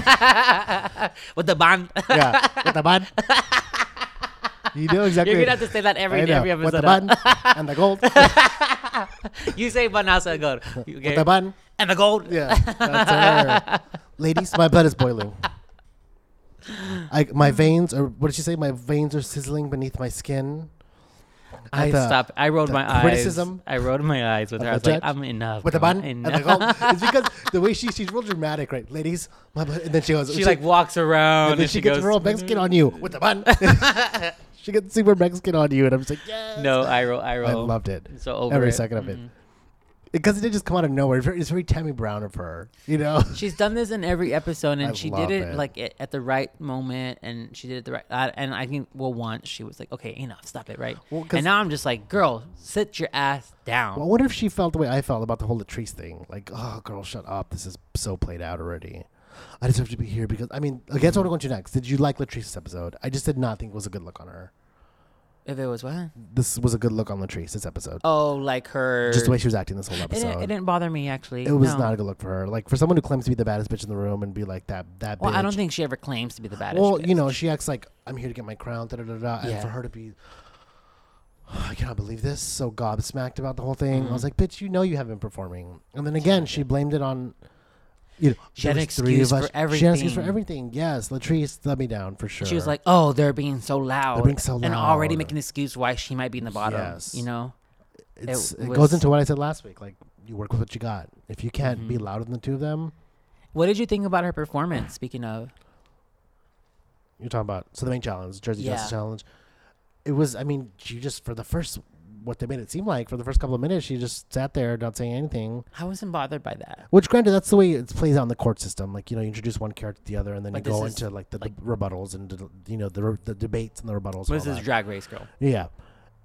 with the bond,
yeah, with the bun. You know exactly.
you're gonna have to say that every
I know.
every
with the
episode.
bun and the gold. with
You say bun, I say gold. Okay?
the bun.
and the gold.
Yeah, that's her. Ladies, my blood is boiling. I, my veins are. What did she say? My veins are sizzling beneath my skin.
I
At the-
stopped. I rolled
the
my
criticism
eyes. I rolled my eyes with
of
her. I
the
was like,
judge
I'm enough.
With the
girl,
bun and
enough.
the gold. It's because the way she she's real dramatic, right? Ladies, my blood, and then she goes.
she like walks around
and then she, gets
goes,
real Mexican on you with the bun. she gets super Mexican on you, and I'm just like, yes.
"Mm, No, I roll. I roll.
I loved it.
So over
every
it. Mm-hmm.
second of it. Because it did just come out of nowhere. It's very, it's very Tammy Brown of her, you know.
She's done this in every episode, and
I
she
love
did it,
it.
like at at the right moment, and she did it the right. I, and I think, well, once she was like, "Okay, enough, stop it," right?
Well, 'cause-
and now I'm just like, "Girl, sit your ass down."
I wonder if she felt the way I felt about the whole Latrice thing. Like, oh, girl, shut up. This is so played out already. I just have to be here because I mean, okay, that's what I'm going to next. Did you like Latrice's episode? I just did not think it was a good look on her.
if it was what?
This was a good look on Latrice. This episode,
Oh, like her.
just the way she was acting this whole
it,
episode.
didn't, it didn't bother me actually.
It was
No.
not a good look for her. Like for someone who claims to be the baddest bitch in the room and be like that that
Well,
bitch.
I don't think she ever claims to be the baddest.
Well,
bitch.
you know, she acts like I'm here to get my crown, da da da da, and
Yeah.
for her to be, I cannot believe this, so
Mm-hmm.
gobsmacked about the whole thing. I was like, bitch, you know you haven't been performing. And then again, she blamed it on You know,
She
there
had an
was three of
excuse
us.
for
She had an excuse for
everything.
everything. Yes, Latrice let me down for sure.
She was like, "Oh, they're being so loud,
being so
and already
loud.
making an excuse why she might be in the bottom."
Yes.
You know,
it's, it,
it was-
goes into what I said last week. Like, you work with what you got. If you can't
Mm-hmm.
be louder than the two of them,
what did you think about her performance? Speaking of,
You're talking about so the main challenge, Jersey
Yeah.
Justice Challenge. It was, I mean, she just for the first what they made it seem like for the first couple of minutes, she just sat there not saying anything.
I wasn't bothered by that.
Which, granted, that's the way it plays out in the court system. Like you know, you introduce one character to the other, and then
But
you
this
go
is,
into like the,
like-
the rebuttals and the- you know the re- the debates and the rebuttals. and
This
all
is
that.
Drag Race girl.
yeah,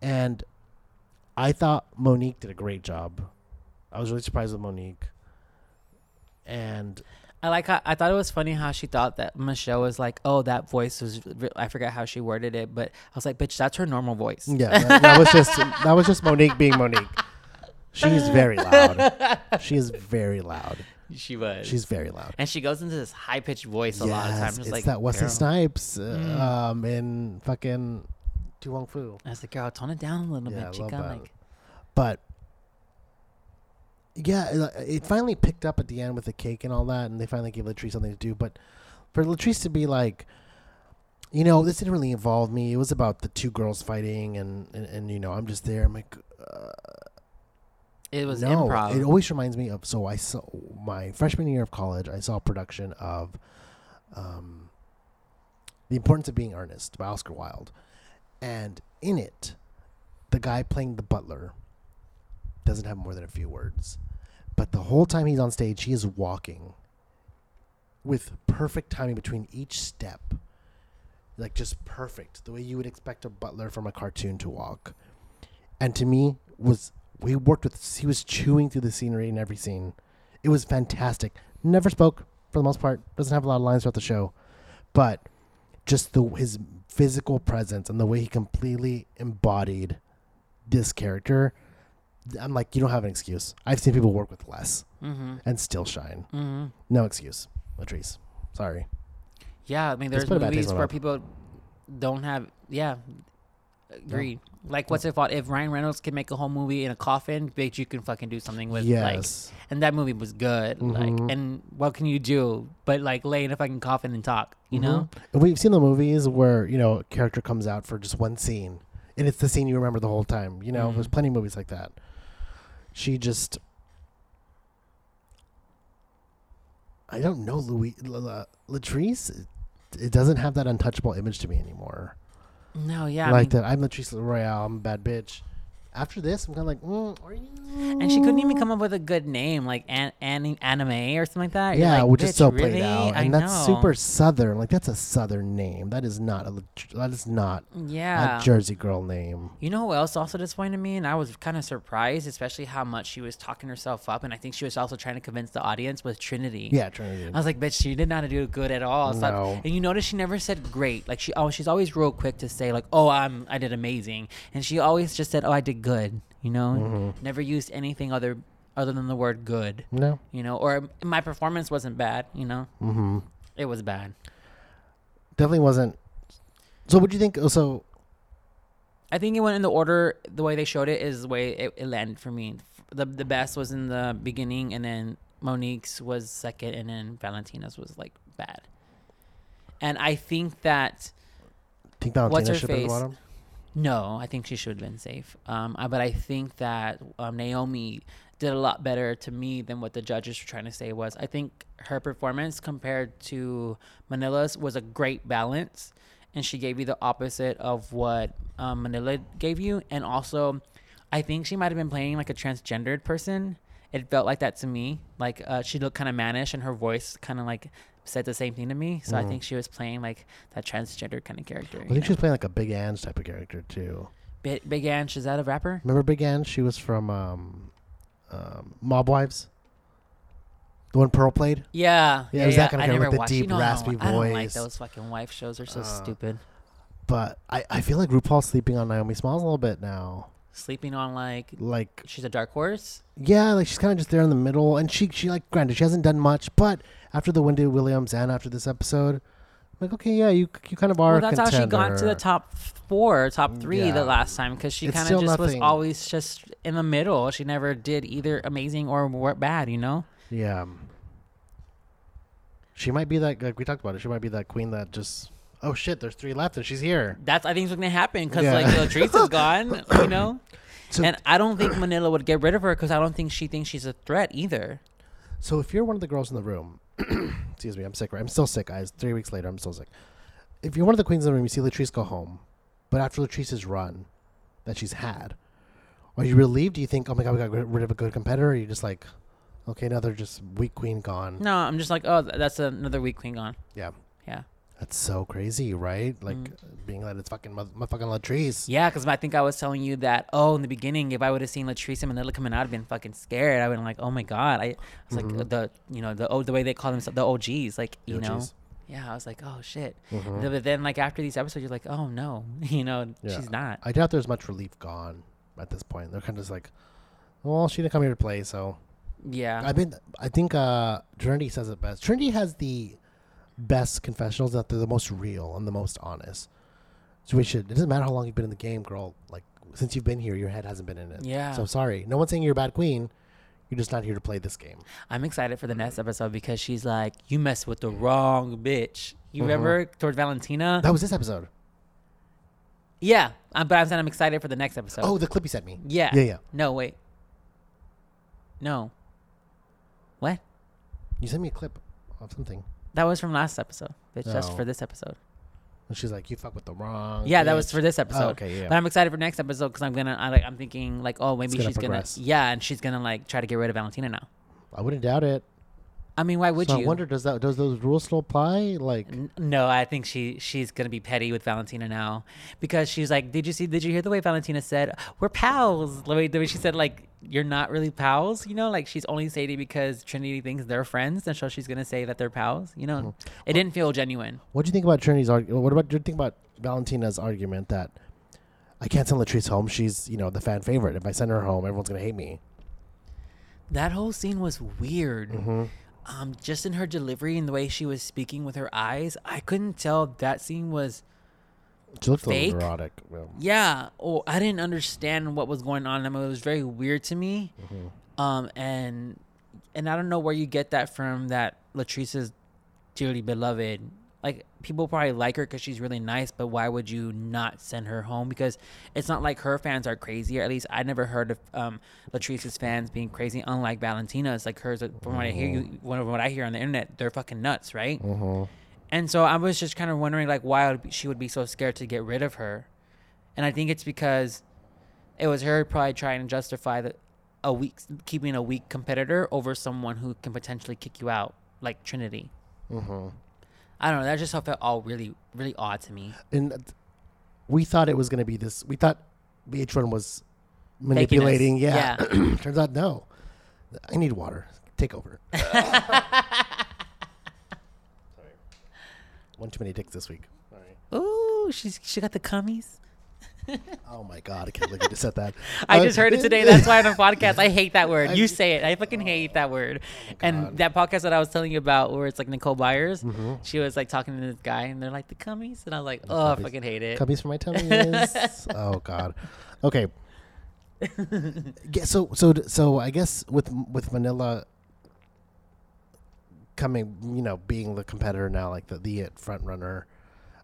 and I thought Monique did a great job. I was really surprised with Monique, and
I like. How, I thought it was funny how she thought that Michelle was like, "Oh, that voice was." re- I forgot how she worded it, but I was like, "Bitch, that's her normal voice."
Yeah, that, that was just that was just Monique being Monique. She's very loud. She is very loud.
She was.
She's very loud.
and she goes into this high pitched voice a lot of times.
it's
It's like Mm.
that Wesley
girl.
Snipes uh, um, in fucking Tu Wong Fu.
I was like, "Girl, tone it down a little
Yeah, I
bit,
love
chica."
that.
Like,
But yeah, it- uh, it finally picked up at the end with the cake and all that, and they finally gave Latrice something to do. But for Latrice to be like, you know, this didn't really involve me. It was about the two girls fighting, and and, and you know, I'm just there. I'm like,
it was
no,
improv.
It always reminds me of so I saw my freshman year of college. I saw a production of um, "The Importance of Being Earnest" by Oscar Wilde, and in it, the guy playing the butler doesn't have more than a few words, but the whole time he's on stage, he is walking with perfect timing between each step. Like just perfect, the way you would expect a butler from a cartoon to walk and to me was we worked with he was chewing through the scenery in every scene it was fantastic never spoke for the most part doesn't have a lot of lines throughout the show but just the his physical presence and the way he completely embodied this character i'm like you don't have an excuse i've seen people work with less
mm-hmm.
and still shine
Mm-hmm.
no excuse latrice sorry
Yeah, I mean, there's
put a bad taste
movies
in my
where
mouth.
people don't have. Yeah, agreed. Like, what's it called? If Ryan Reynolds can make a whole movie in a coffin, bitch, you can fucking do something with.
yes
Like, and that movie was good.
Mhm.
Like, and what can you do but like lay in a fucking coffin and talk? You
Mm-hmm.
know?
And we've seen the movies where you know a character comes out for just one scene, and it's the scene you remember the whole time. You know,
Mm-hmm.
there's plenty of movies like that. She just, I don't know, Louis La- La- Latrice. It doesn't have that untouchable image to me anymore.
No, yeah. I
like
mean,
that, I'm Latrice Royale. I'm a bad bitch. After this, I'm kind of like, mm, are you?
and she couldn't even come up with a good name, like an, an anime or something like that. You're
Yeah,
like,
which is
"Bitch,
so played
really?
out,
I
and that's
know."
super southern. Like that's a southern name. That is not a. Lat- That is not
Yeah.
a Jersey girl name.
You know who else also disappointed me? And I was kind of surprised, especially how much she was talking herself up. And I think she was also trying to convince the audience with Trinity.
Yeah, Trinity.
I was like, bitch, she did not do good at all. It's like-
No.
and you notice she never said great. Like she, oh, she's always real quick to say like, oh, I'm, I did amazing. And she always just said, oh, I did good. You know,
Mm-hmm.
never used anything other, other than the word good.
No.
You know, or um, my performance wasn't bad. You know,
Mm-hmm.
it was bad.
Definitely wasn't. So what do you think? Oh, So
I think it went in the order the way they showed it is the way it, it landed for me. The the best was in the beginning, and then Monique's was second, and then Valentina's was like bad. And I think that
think
What's
Valentina
her
should be at the
face?
bottom.
no, I think she should have been safe. Um, I, but I think that um, Naomi did a lot better to me than what the judges were trying to say was. I think her performance compared to Manila's was a great balance, and she gave you the opposite of what um, Manila gave you. And also, I think she might have been playing like a transgendered person. It felt like that to me. Like uh, she looked kind of mannish, and her voice kind of like said the same thing to me. So I think she was playing like that transgender kind of character.
Mm. I
you
think she was playing like a Big Ange type of character too.
Bi- Big Ange, is that a rapper?
Remember Big Ange? She was from um, um, Mob Wives. The one Pearl played.
Yeah.
Yeah, it was that kind of guy with the deep,
I don't-
raspy
I don't like
voice.
those fucking wife shows. They're so
Uh,
stupid.
But I, I feel like RuPaul's sleeping on Naomi Smalls a little bit now.
Sleeping on like
Like
she's a dark horse.
yeah, like she's kind of just there in the middle, and she she like granted she hasn't done much, but after the Wendy Williams and after this episode, I'm like okay yeah you you kind of are.
Well,
a
that's how she got to the
contender. Mm,
top four, top three
Yeah.
the last time because she
It's
kind of
still
just was
nothing.
always just in the middle. She never did either amazing or wor- bad, you know.
Yeah. She might be that. Like we talked about it. She might be that queen that just. Oh shit! There's three left, and she's here.
That's I think what's gonna happen because
Yeah.
like Latrice is gone, you know.
So,
and I don't think Manila would get rid of her because I don't think she thinks she's a threat either.
so if you're one of the girls in the room, excuse me, I'm sick. Right? I'm still sick, guys. Three weeks later, I'm still sick. If you're one of the queens in the room, you see Latrice go home, but after Latrice's run that she's had, are you relieved? Do you think, oh my god, we got rid- rid of a good competitor? Or are you just like, okay, now they're just weak queen gone.
No, I'm just like, oh, th- that's another weak queen gone.
Yeah,
Yeah,
that's so crazy, right? Like
Mm.
being that it's fucking mother- motherfucking Latrice.
yeah, because I think I was telling you that. Oh, in the beginning, if I would have seen Latrice and Manila coming out, I'd been fucking scared. I would have like, oh my god. I, I was
Mm-hmm.
like the you know the old the way they call themselves the OGs, like you know.
OGs.
Yeah, I was like, oh shit. Th- But then, like after these episodes, you're like, oh no, you know,
Mm-hmm. Yeah.
she's not.
I doubt there's much relief gone at this point. They're kind of just like, well, she didn't come here to play, so
Yeah,
I mean, I think uh, Trinity says it best. Trinity has the best confessionals that they're the most real and the most honest. So we should. It doesn't matter how long you've been in the game, girl. Like since you've been here, your head hasn't been in it.
Yeah.
So sorry. No one's saying you're a bad queen. You're just not here to play this game.
I'm excited for the next episode because she's like, you messed with the wrong bitch.
Mm-hmm.
You remember towards Valentina?
That was this episode.
Yeah, um, but I'm saying I'm excited for the next episode.
Oh, the clip you sent me.
yeah.
Yeah, yeah.
No, wait. No. What?
You sent me a clip of something.
That was from last episode. It's just
No.
for this episode.
And she's like, "You fuck with the wrong."
Yeah, that was
bitch."
for this episode.
Oh, okay, yeah.
But I'm excited for next episode because I'm gonna. I, like, I'm thinking like, oh, maybe
gonna
she's
progress.
gonna. Yeah, and she's gonna like try to get rid of Valentina now.
I wouldn't doubt it.
I mean, why would
so
you?
I wonder, does that does those rules still apply? Like,
N- No, I think she she's gonna be petty with Valentina now because she's like, did you see? Did you hear the way Valentina said we're pals? The way, the way she said like you're not really pals, you know, like she's only Sadie because Trinity thinks they're friends, and so she's gonna say that they're pals, you know.
Mm-hmm.
It didn't feel genuine.
What do you think about Trinity's argument? What about do you think about Valentina's argument that I can't send Latrice home? She's you know the fan favorite. If I send her home, everyone's gonna hate me.
That whole scene was weird. Um, just in her delivery and the way she was speaking with her eyes, I couldn't tell that scene was
She looked
Fake?
a little neurotic. Well,
Yeah. Oh, I didn't understand what was going on. I mean, it was very weird to me. Um, and and I don't know where you get that from. That Latrice's dearly beloved. Like people probably like her because she's really nice, but why would you not send her home? Because it's not like her fans are crazy. Or at least I never heard of um, Latrice's fans being crazy. Unlike Valentina's, like hers. From what I hear, you from what I hear on the internet, they're fucking nuts, right? And so I was just kind of wondering, like, why would- she would be so scared to get rid of her. And I think it's because it was her probably trying to justify the, a weak, keeping a weak competitor over someone who can potentially kick you out, like Trinity. Mm-hmm. I don't know. That just felt all really, really odd to me.
and th- we thought it was gonna be this. We thought VH1 was manipulating. Yeah. Turns out no. I need water. Take over. Sorry. One too many dicks this week. Sorry.
Ooh, she's she got the cummies.
Oh my god! I can't believe you just said that.
I
Uh,
just heard it today. That's why on a podcast, I Oh, hate that word. You say it. I fucking hate that word. And that podcast that I was telling you about, where it's like Nicole Byers, she was like talking to this guy, and they're like Mm-hmm. the cummies, and I was like, oh, I
cummies.
fucking hate it.
Cubbies for my tummies. oh God. Okay. Yeah, so so so I guess with with Manila coming, you know, being the competitor now, like the the front runner.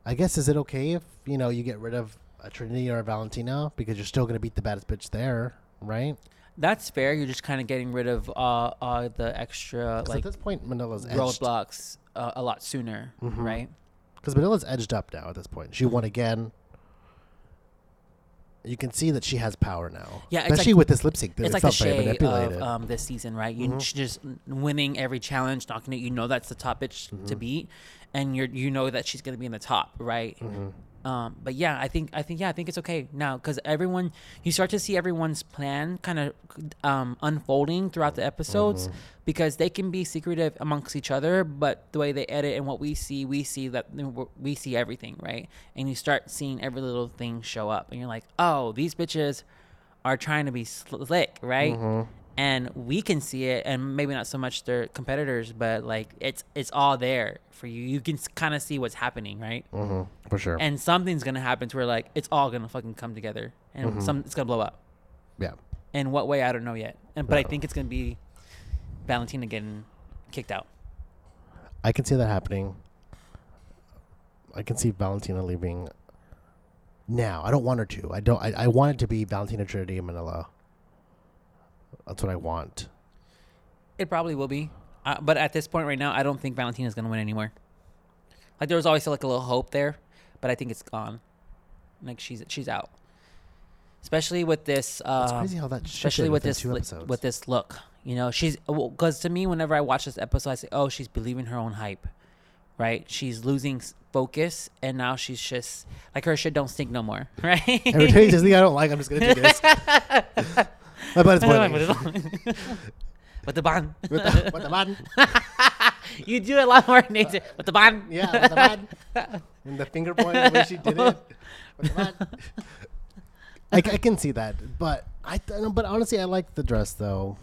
I guess is it okay if you know you get rid of a Trinity or a Valentina because you're still gonna beat the baddest bitch there, right?
That's fair. You're just kind of getting rid of uh, uh the extra
'Cause
like
at this point, Manila's edged
roadblocks uh, a lot sooner, right?
because Manila's edged up now. At this point, she won again. You can see that she has power now.
Yeah, it's
especially
like-
with this lip sync.
It's
it
like the
felt very
shade
manipulated.
of um, this season, right? You she just winning every challenge, knocking it. You know that's the top bitch to beat, and you're you know that she's gonna be in the top, right? Um, but yeah, I think I think yeah, I think it's okay now because everyone you start to see everyone's plan kind of um, unfolding throughout the episodes because they can be secretive amongst each other, but the way they edit and what we see, we see that we see everything, right? And you start seeing every little thing show up, and you're like, oh, these bitches are trying to be slick, right? And we can see it, and maybe not so much their competitors, but like it's it's all there for you. You can kind of see what's happening, right?
Mm. For sure.
And something's gonna happen to where like it's all gonna fucking come together, and some it's gonna blow up.
yeah.
In what way I don't know yet, and but I think it's gonna be Valentina getting kicked out.
I can see that happening. I can see Valentina leaving. Now I don't want her to. I don't. I, I want it to be Valentina Trinity in Manila. That's what I want.
It probably will be, uh, but at this point right now, I don't think Valentina's gonna win anymore. Like there was always like a little hope there, but I think it's gone. Like she's she's out, especially with this. Uh,
It's crazy how that shifted
especially with
within
this
two
li-
episodes.
with this look. You know, she's because to me, whenever I watch this episode, I say, "Oh, she's believing her own hype," right? She's losing s- focus, and now she's just like her shit don't stink no more, right?
Every time you say something I don't like, I'm just gonna do this. My butt is boiling.
with the bun,
With the- with the bun.
you do it a lot more, Nathan. With the bun,
Yeah, with the bun. And the finger point, the way she did it. With the bun. I, c- I can see that, but I th- but honestly, I like the dress though.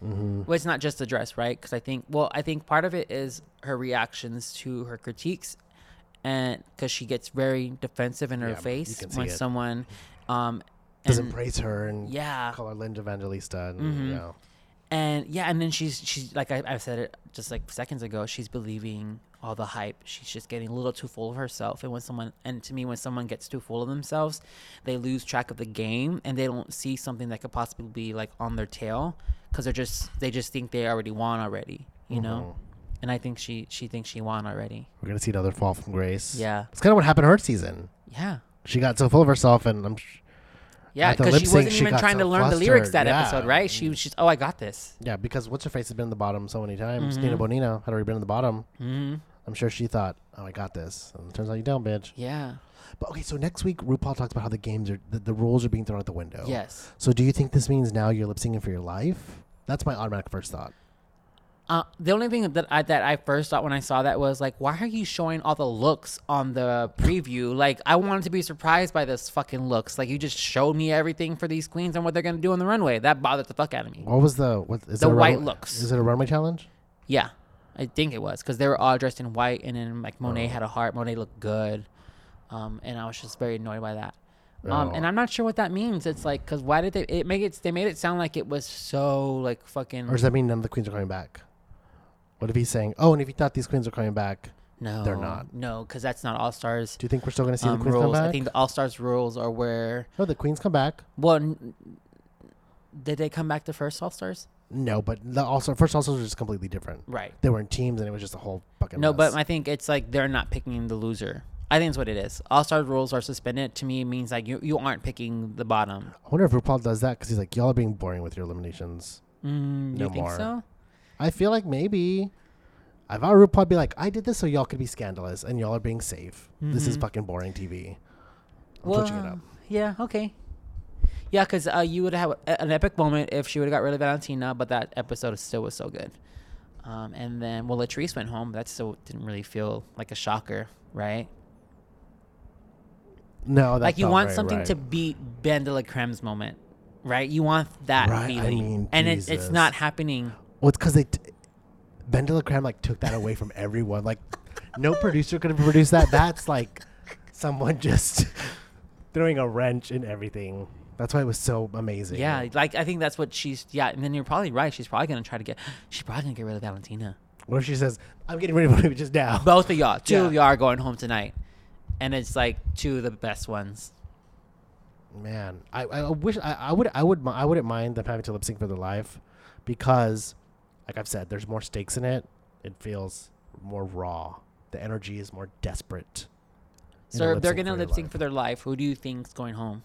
Well, it's not just the dress, right? Because I think, well, I think part of it is her reactions to her critiques, and because she gets very defensive in her
Yeah, you
face
can see
when
it.
someone, um,
Doesn't
and-
praise her and
yeah, Mm-hmm.
call her Linda Evangelista. And, you know.
and yeah, and then she's she's like I, I said it just like seconds ago. She's believing all the hype. She's just getting a little too full of herself. And when someone and to me, when someone gets too full of themselves, they lose track of the game and they don't see something that could possibly be like on their tail because they're just they just think they already won already, you know.
Mm-hmm.
And I think she she thinks she won already.
We're gonna see another fall from grace.
Yeah.
it's kind of what happened her season.
Yeah.
She got so full of herself, and I'm sh-
Yeah,
At the
because
lip
she
sync,
wasn't
she
even
got
trying
so
to learn the lyrics that
flustered. Yeah. Mm.
episode, right? She was just, oh, I got this.
yeah, because what's her face has been in the bottom so many times. Nina Bonina had already been in the bottom.
Mm-hmm.
I'm sure she thought, "Oh, I got this." And it turns out you don't, bitch.
Yeah.
But okay, so next week RuPaul talks about how the games are the, the rules are being thrown out the window.
Yes.
So do you think this means now you're lip syncing for your life? That's my automatic first thought.
Uh, the only thing that I that I first thought when I saw that was like, why are you showing all the looks on the preview? Like, I wanted to be surprised by this fucking looks. Like, you just showed me everything for these queens and what they're gonna do on the runway. That bothered the fuck out of me.
What was the what is
The
it a
white
runway-
looks.
Is it a runway challenge?
Yeah, I think it was because they were all dressed in white, and then like
Oh.
Monet had a heart. Monet looked good, um, and I was just very annoyed by that. Um,
Oh.
and I'm not sure what that means. It's like, cause why did they? It make it. They made it sound like it was so like fucking
Or does that mean none of the queens are coming back? What if he's saying, "Oh, and if you thought these queens are coming back,
no,
not.
No, cause that's not All Stars.
do you think we're still going to see
um,
the queens come
rules.
back?"
I think the All Stars rules are where.
no, the queens come back.
Well, n- did they come back the first All Stars?
No, but the also first also was just completely different.
Right.
They were in teams, and it was just a whole fucking.
No,
mess.
but I think it's like they're not picking the loser. I think that's what it is. All Stars rules are suspended. To me, it means like you you aren't picking the bottom.
I wonder if RuPaul does that because he's like, "Y'all are being boring with your eliminations."
Mm,
No
you think
more.
so?
I feel like maybe. I thought RuPaul would be like, I did this so y'all could be scandalous and y'all are being safe. This
Mm-hmm.
is fucking boring TV. I'm switching it up.
Yeah. Okay. Yeah, because uh, you would have a- an epic moment if she would have got rid of Valentina, but that episode still was so good. Um, and then, well, Latrice went home. That still didn't really feel like a shocker, right?
No, that
like you
felt
want
very
something to
right.
beat Ben de la Creme's moment, right? You want that
Right, I
feeling,
mean,
and it, it's
Jesus.
not happening.
Well, it's because they. T- ben de la Creme, like, took that away from everyone. Like, no producer could have produced that. That's like someone just throwing a wrench in everything. That's why it was so amazing.
Yeah, like I think that's what she's. Yeah, and then you're probably right. She's probably gonna try to get. She's probably gonna get rid of Valentina.
What if she says, I'm getting ready for it just now?
both of y'all, two of
Yeah.
y'all are going home tonight, and it's like two of the best ones.
Man, I, I wish I, I would I would mi- I wouldn't mind them having to lip sync for their life, because, like I've said, there's more stakes in it. It feels more raw. The energy is more desperate. in a
So if
lip
they're
sync
gonna
for your
lip sync
life.
for their life. Who do you think's going home?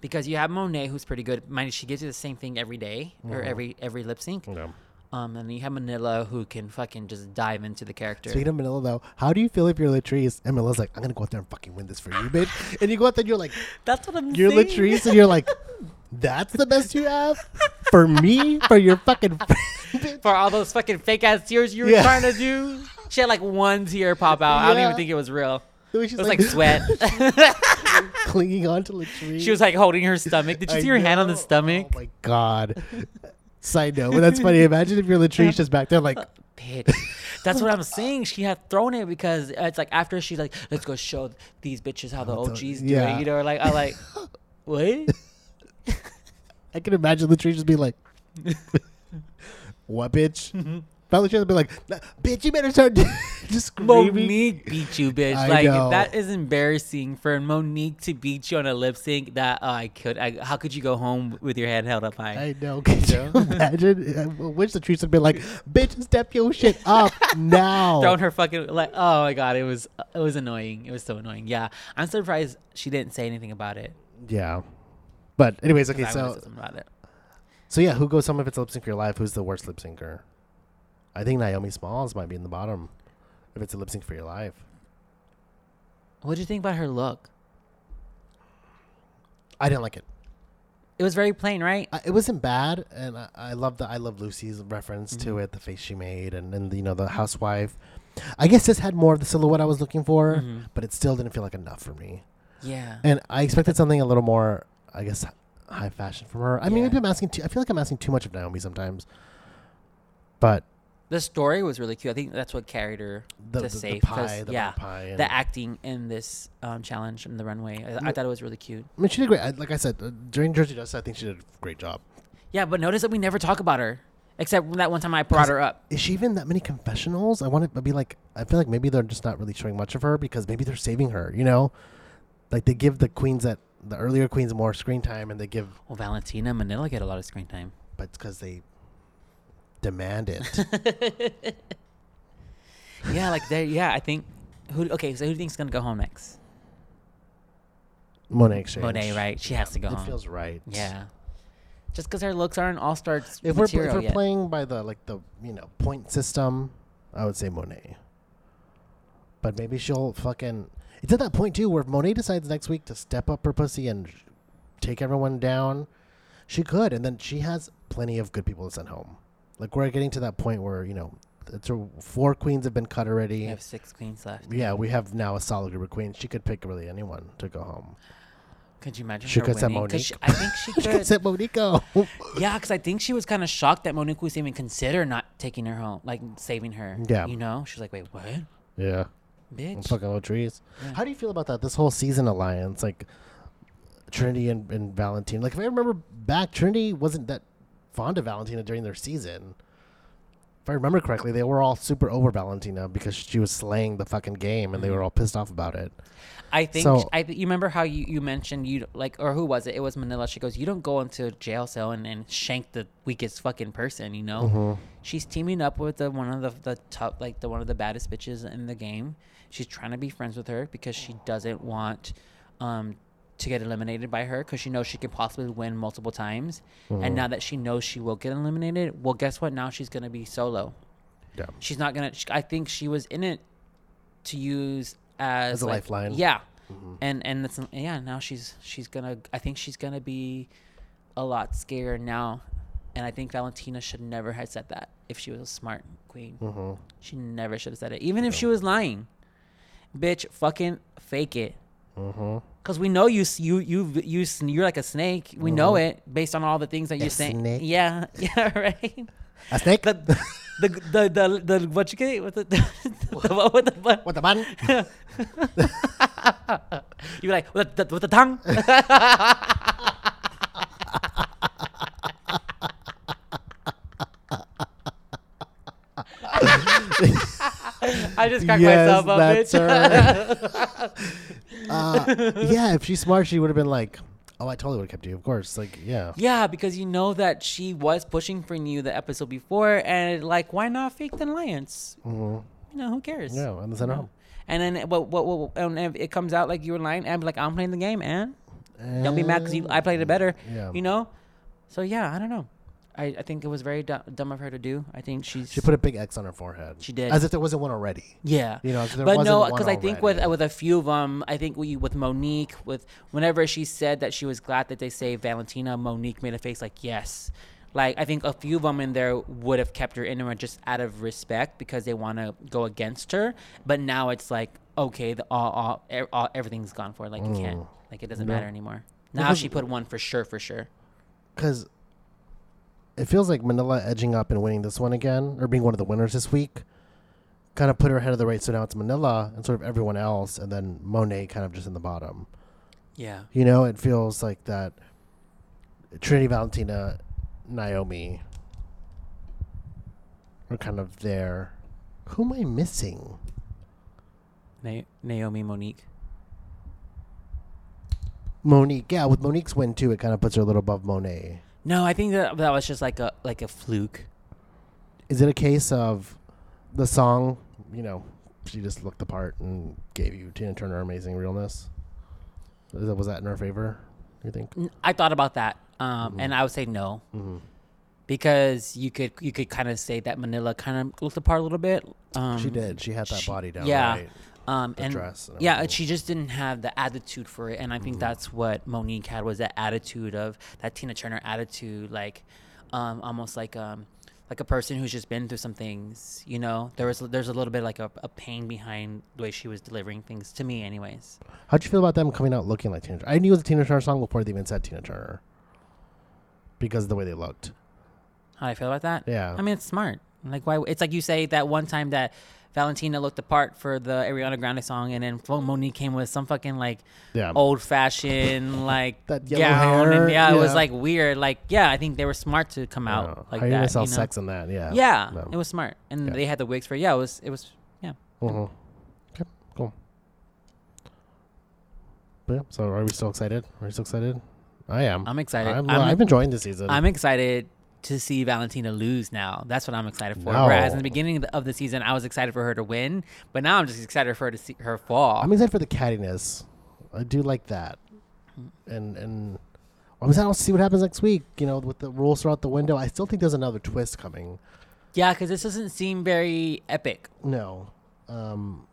Because you have Monet, who's pretty good. Mind you, she gives you the same thing every day, or
Mm-hmm.
every every lip sync.
Yeah.
Um, and you have Manila, who can fucking just dive into the character.
Speaking of Manila, though, how do you feel if you're Latrice and Manila's like, I'm gonna go out there and fucking win this for you, bitch? And you go out there, and you're like,
That's what I'm.
you're
saying.
Latrice, and you're like, that's the best you have for me for your fucking. friend."
for all those fucking fake ass tears you were
Yeah.
trying to do. She had like one tear pop out. I don't even
Yeah.
think it was real.
The way she's
It was like sweat.
clinging on to Latrice.
she was like holding her stomach. Did you
I
see her hand on the
know.
stomach?
Oh my god. Side note, but that's funny. Imagine if your Latrice just back there, like,
bitch. That's what I'm saying. She had thrown it because it's like after she's like, let's go show these bitches how the
How to-
OGs do
yeah.
it. You know, like I like, what? Mm-hmm.
I can imagine Latrice just be like, "What, bitch? Valentina's be like, "Nah, bitch, you better start just screaming.
Monique beat you, bitch.
I
like
know.
that is embarrassing for Monique to beat you on a lip sync. That oh, I could. I, how could you go home with your head held up high?
I know. Can you imagine? I wish the trees would be like, bitch, step your shit up now.
Throwing her fucking like oh my god, it was it was annoying. It was so annoying. Yeah, I'm surprised she didn't say anything about it.
Yeah. But anyways, okay,
I would've
so
said something about it.
so yeah, who goes home if it's lip sync for your life? Who's the worst lip syncer? I think Naomi Smalls might be in the bottom if it's a lip sync for your life.
What do you think about her look?
I didn't like it.
It was very plain, right?
I, it wasn't bad, and I, I love the I love Lucy's reference
Mm-hmm.
to it, the face she made, and and you know the housewife. I guess this had more of the silhouette I was looking for,
Mm-hmm.
but it still didn't feel like enough for me.
Yeah.
And I expected something a little more, I guess, h- high fashion from her. I mean,
Yeah.
maybe I'm asking. Too, I feel like I'm asking too much of Naomi sometimes, but
The story was really cute. I think that's what carried her
the,
to
the, the
safe. 'cause,
pie, the
yeah,
pie, and,
the acting in this um, challenge in the runway, I, I thought it was really cute.
I mean, she did great. I, like I said, uh, during Jersey Dust, I think she did a great job.
Yeah, but notice that we never talk about her, except that one time I brought her up.
Is she even that many confessionals? I want to be like, I feel like maybe they're just not really showing much of her because maybe they're saving her. You know, like they give the queens that the earlier queens more screen time, and they give,
Well, Valentina and Manila get a lot of screen time.
but it's because they demand it.
Yeah, like there. Yeah, I think. Who? Okay, so who do you think's gonna go home next?
Monet exchange.
Monet, right? She has to go
It
home.
feels right.
yeah, just because her looks aren't all star
If
material
we're, if we're
yet.
playing by the like the you know point system, I would say Monet. But maybe she'll fucking. It's at that point too where if Monet decides next week to step up her pussy and sh- take everyone down, she could, and then she has plenty of good people to send home. Like we're getting to that point where you know it's her, four queens have been cut already.
we have six queens left.
Yeah, we have now a solid group of queens. She could pick really anyone to go home.
Could you imagine
She
her
could send
winning? 'Cause
Monique.
she- I think she
She could
could.
send Monique home.
yeah, because I think she was kind of shocked that Monique was even consider not taking her home, like saving her.
Yeah.
you know, she's like, wait, what,
Yeah.
bitch?
Fucking little trees.
Yeah.
How do you feel about that? This whole season alliance, like Trinity and, and Valentina. Like if I remember back, Trinity wasn't that fond of Valentina during their season. If I remember correctly, they were all super over Valentina because she was slaying the fucking game, and they
Mm-hmm.
were all pissed off about it.
I think
So-
I you remember how you, you mentioned you like or who was it? It was Manila. She goes, you don't go into a jail cell and, and shank the weakest fucking person, you know. She's teaming up with the one of the the top like the one of the baddest bitches in the game. She's trying to be friends with her because she doesn't want um to get eliminated by her because she knows she can possibly win multiple times. And now that she knows she will get eliminated, well, guess what? Now she's gonna be solo.
Yeah.
She's not gonna. I think she was in it to use as,
As a
like-
lifeline. Mm-hmm.
Yeah, and and that's yeah. Now she's she's gonna. I think she's gonna be a lot scarier now, and I think Valentina should never have said that if she was a smart queen.
Mm-hmm.
She never should have said it, even if she was lying. Bitch, fucking fake it.
Mm-hmm.
Cause we know you, s- you, you, you, s- you're like a snake. We know it based on all the things that you're saying.
Mm-hmm. snake.
Yeah, yeah, right
A snake.
the the the the, the what you get what the, the, the what with the what,
what the button?
you like with the, with the tongue I just cracked myself up
that's
bitch.
her. uh, yeah, if she's smart, she would have been like, "Oh, I totally would have kept you." Of course, like, yeah.
yeah because you know that she was pushing for you the episode before and like why not fake the alliance you know who cares
Mm-hmm. Yeah, and then send her home.
And then it- what, what, what, and if it comes out like you were lying, and be like, I'm playing the game, and don't be mad because you, I played it better.
Mm, Yeah.
You know? So, yeah, I don't know. I, I think it was very dumb, dumb of her to do. I think she's.
She put a big X on her forehead.
She did.
As if there wasn't one already.
yeah.
You know, if there
but
wasn't
no,
one
because I think with
already.
with a few of them, I think we, with Monique, with whenever she said that she was glad that they saved Valentina, Monique made a face like, yes. Like, I think a few of them in there would have kept her in there just out of respect because they want to go against her. But now it's like, okay, the, all, all, e- all, everything's gone for. it. Like, you can't. Like, it doesn't matter anymore. Now
Mm. Because-
she put one for sure, for sure.
Because it feels like Manila edging up and winning this one again, or being one of the winners this week, kind of put her ahead of the race. So now it's Manila and sort of everyone else, and then Monet kind of just in the bottom.
Yeah.
You know, it feels like that Trinity Valentina, Naomi, we're kind of there. Who am I missing?
Na- Naomi Monique.
Monique. Yeah, with Monique's win too, it kind of puts her a little above Monet.
No, I think that that was just like a like a fluke.
Is it a case of the song? You know, she just looked the part and gave you Tina Turner amazing realness. Is that- Was that in her favor? You think?
N- I thought about that, um,
Mm-hmm.
and I would say no, because you could you could kind of say that Manila kind of looked the part a little bit. Um,
She did. She had that
she-
body down.
yeah.
Right?
um, and
dress and
yeah,
everything. Mm-hmm.
she just didn't have the attitude for it, and I think that's what Monique had was that attitude of that Tina Turner attitude, like um, almost like um, like a person who's just been through some things. You know, there was there's a little bit like a, a pain behind the way she was delivering things to me, anyways.
How'd you feel about them coming out looking like Tina Turner? I knew it was a Tina Turner song before they even said Tina Turner because of the way they looked.
How do I feel about that?
Yeah.
I mean, it's smart. Like why? It's like you say that one time that Valentina looked apart for the Ariana Grande song, and then Flo Monique came with some fucking like
Yeah.
old fashioned like
Um, That yellow
gown,
hair,
and yeah, it was
yeah.
like weird. Like yeah, I think they were smart to come
Yeah.
out like
How are you
that.
gonna sell
you know?
sex in that? Yeah.
Yeah,
No.
it was smart, and
Yeah.
they had the wigs for yeah. It was it was yeah.
Mhm. Okay. Cool. But yeah, so are we still excited? Are we still excited? I am.
I'm excited.
I'm,
I'm-
I'm, enjoying the season.
I'm excited to see Valentina lose now. That's what I'm excited for.
No.
Whereas in the beginning of the- of the season, I was excited for her to win, but now I'm just excited for her to see her fall.
I'm excited for the cattiness. I do like that. And and I'm excited to see what happens next week. You know, with the rules throughout the window, I still think there's another twist coming.
Yeah, because this doesn't seem very epic.
No. Um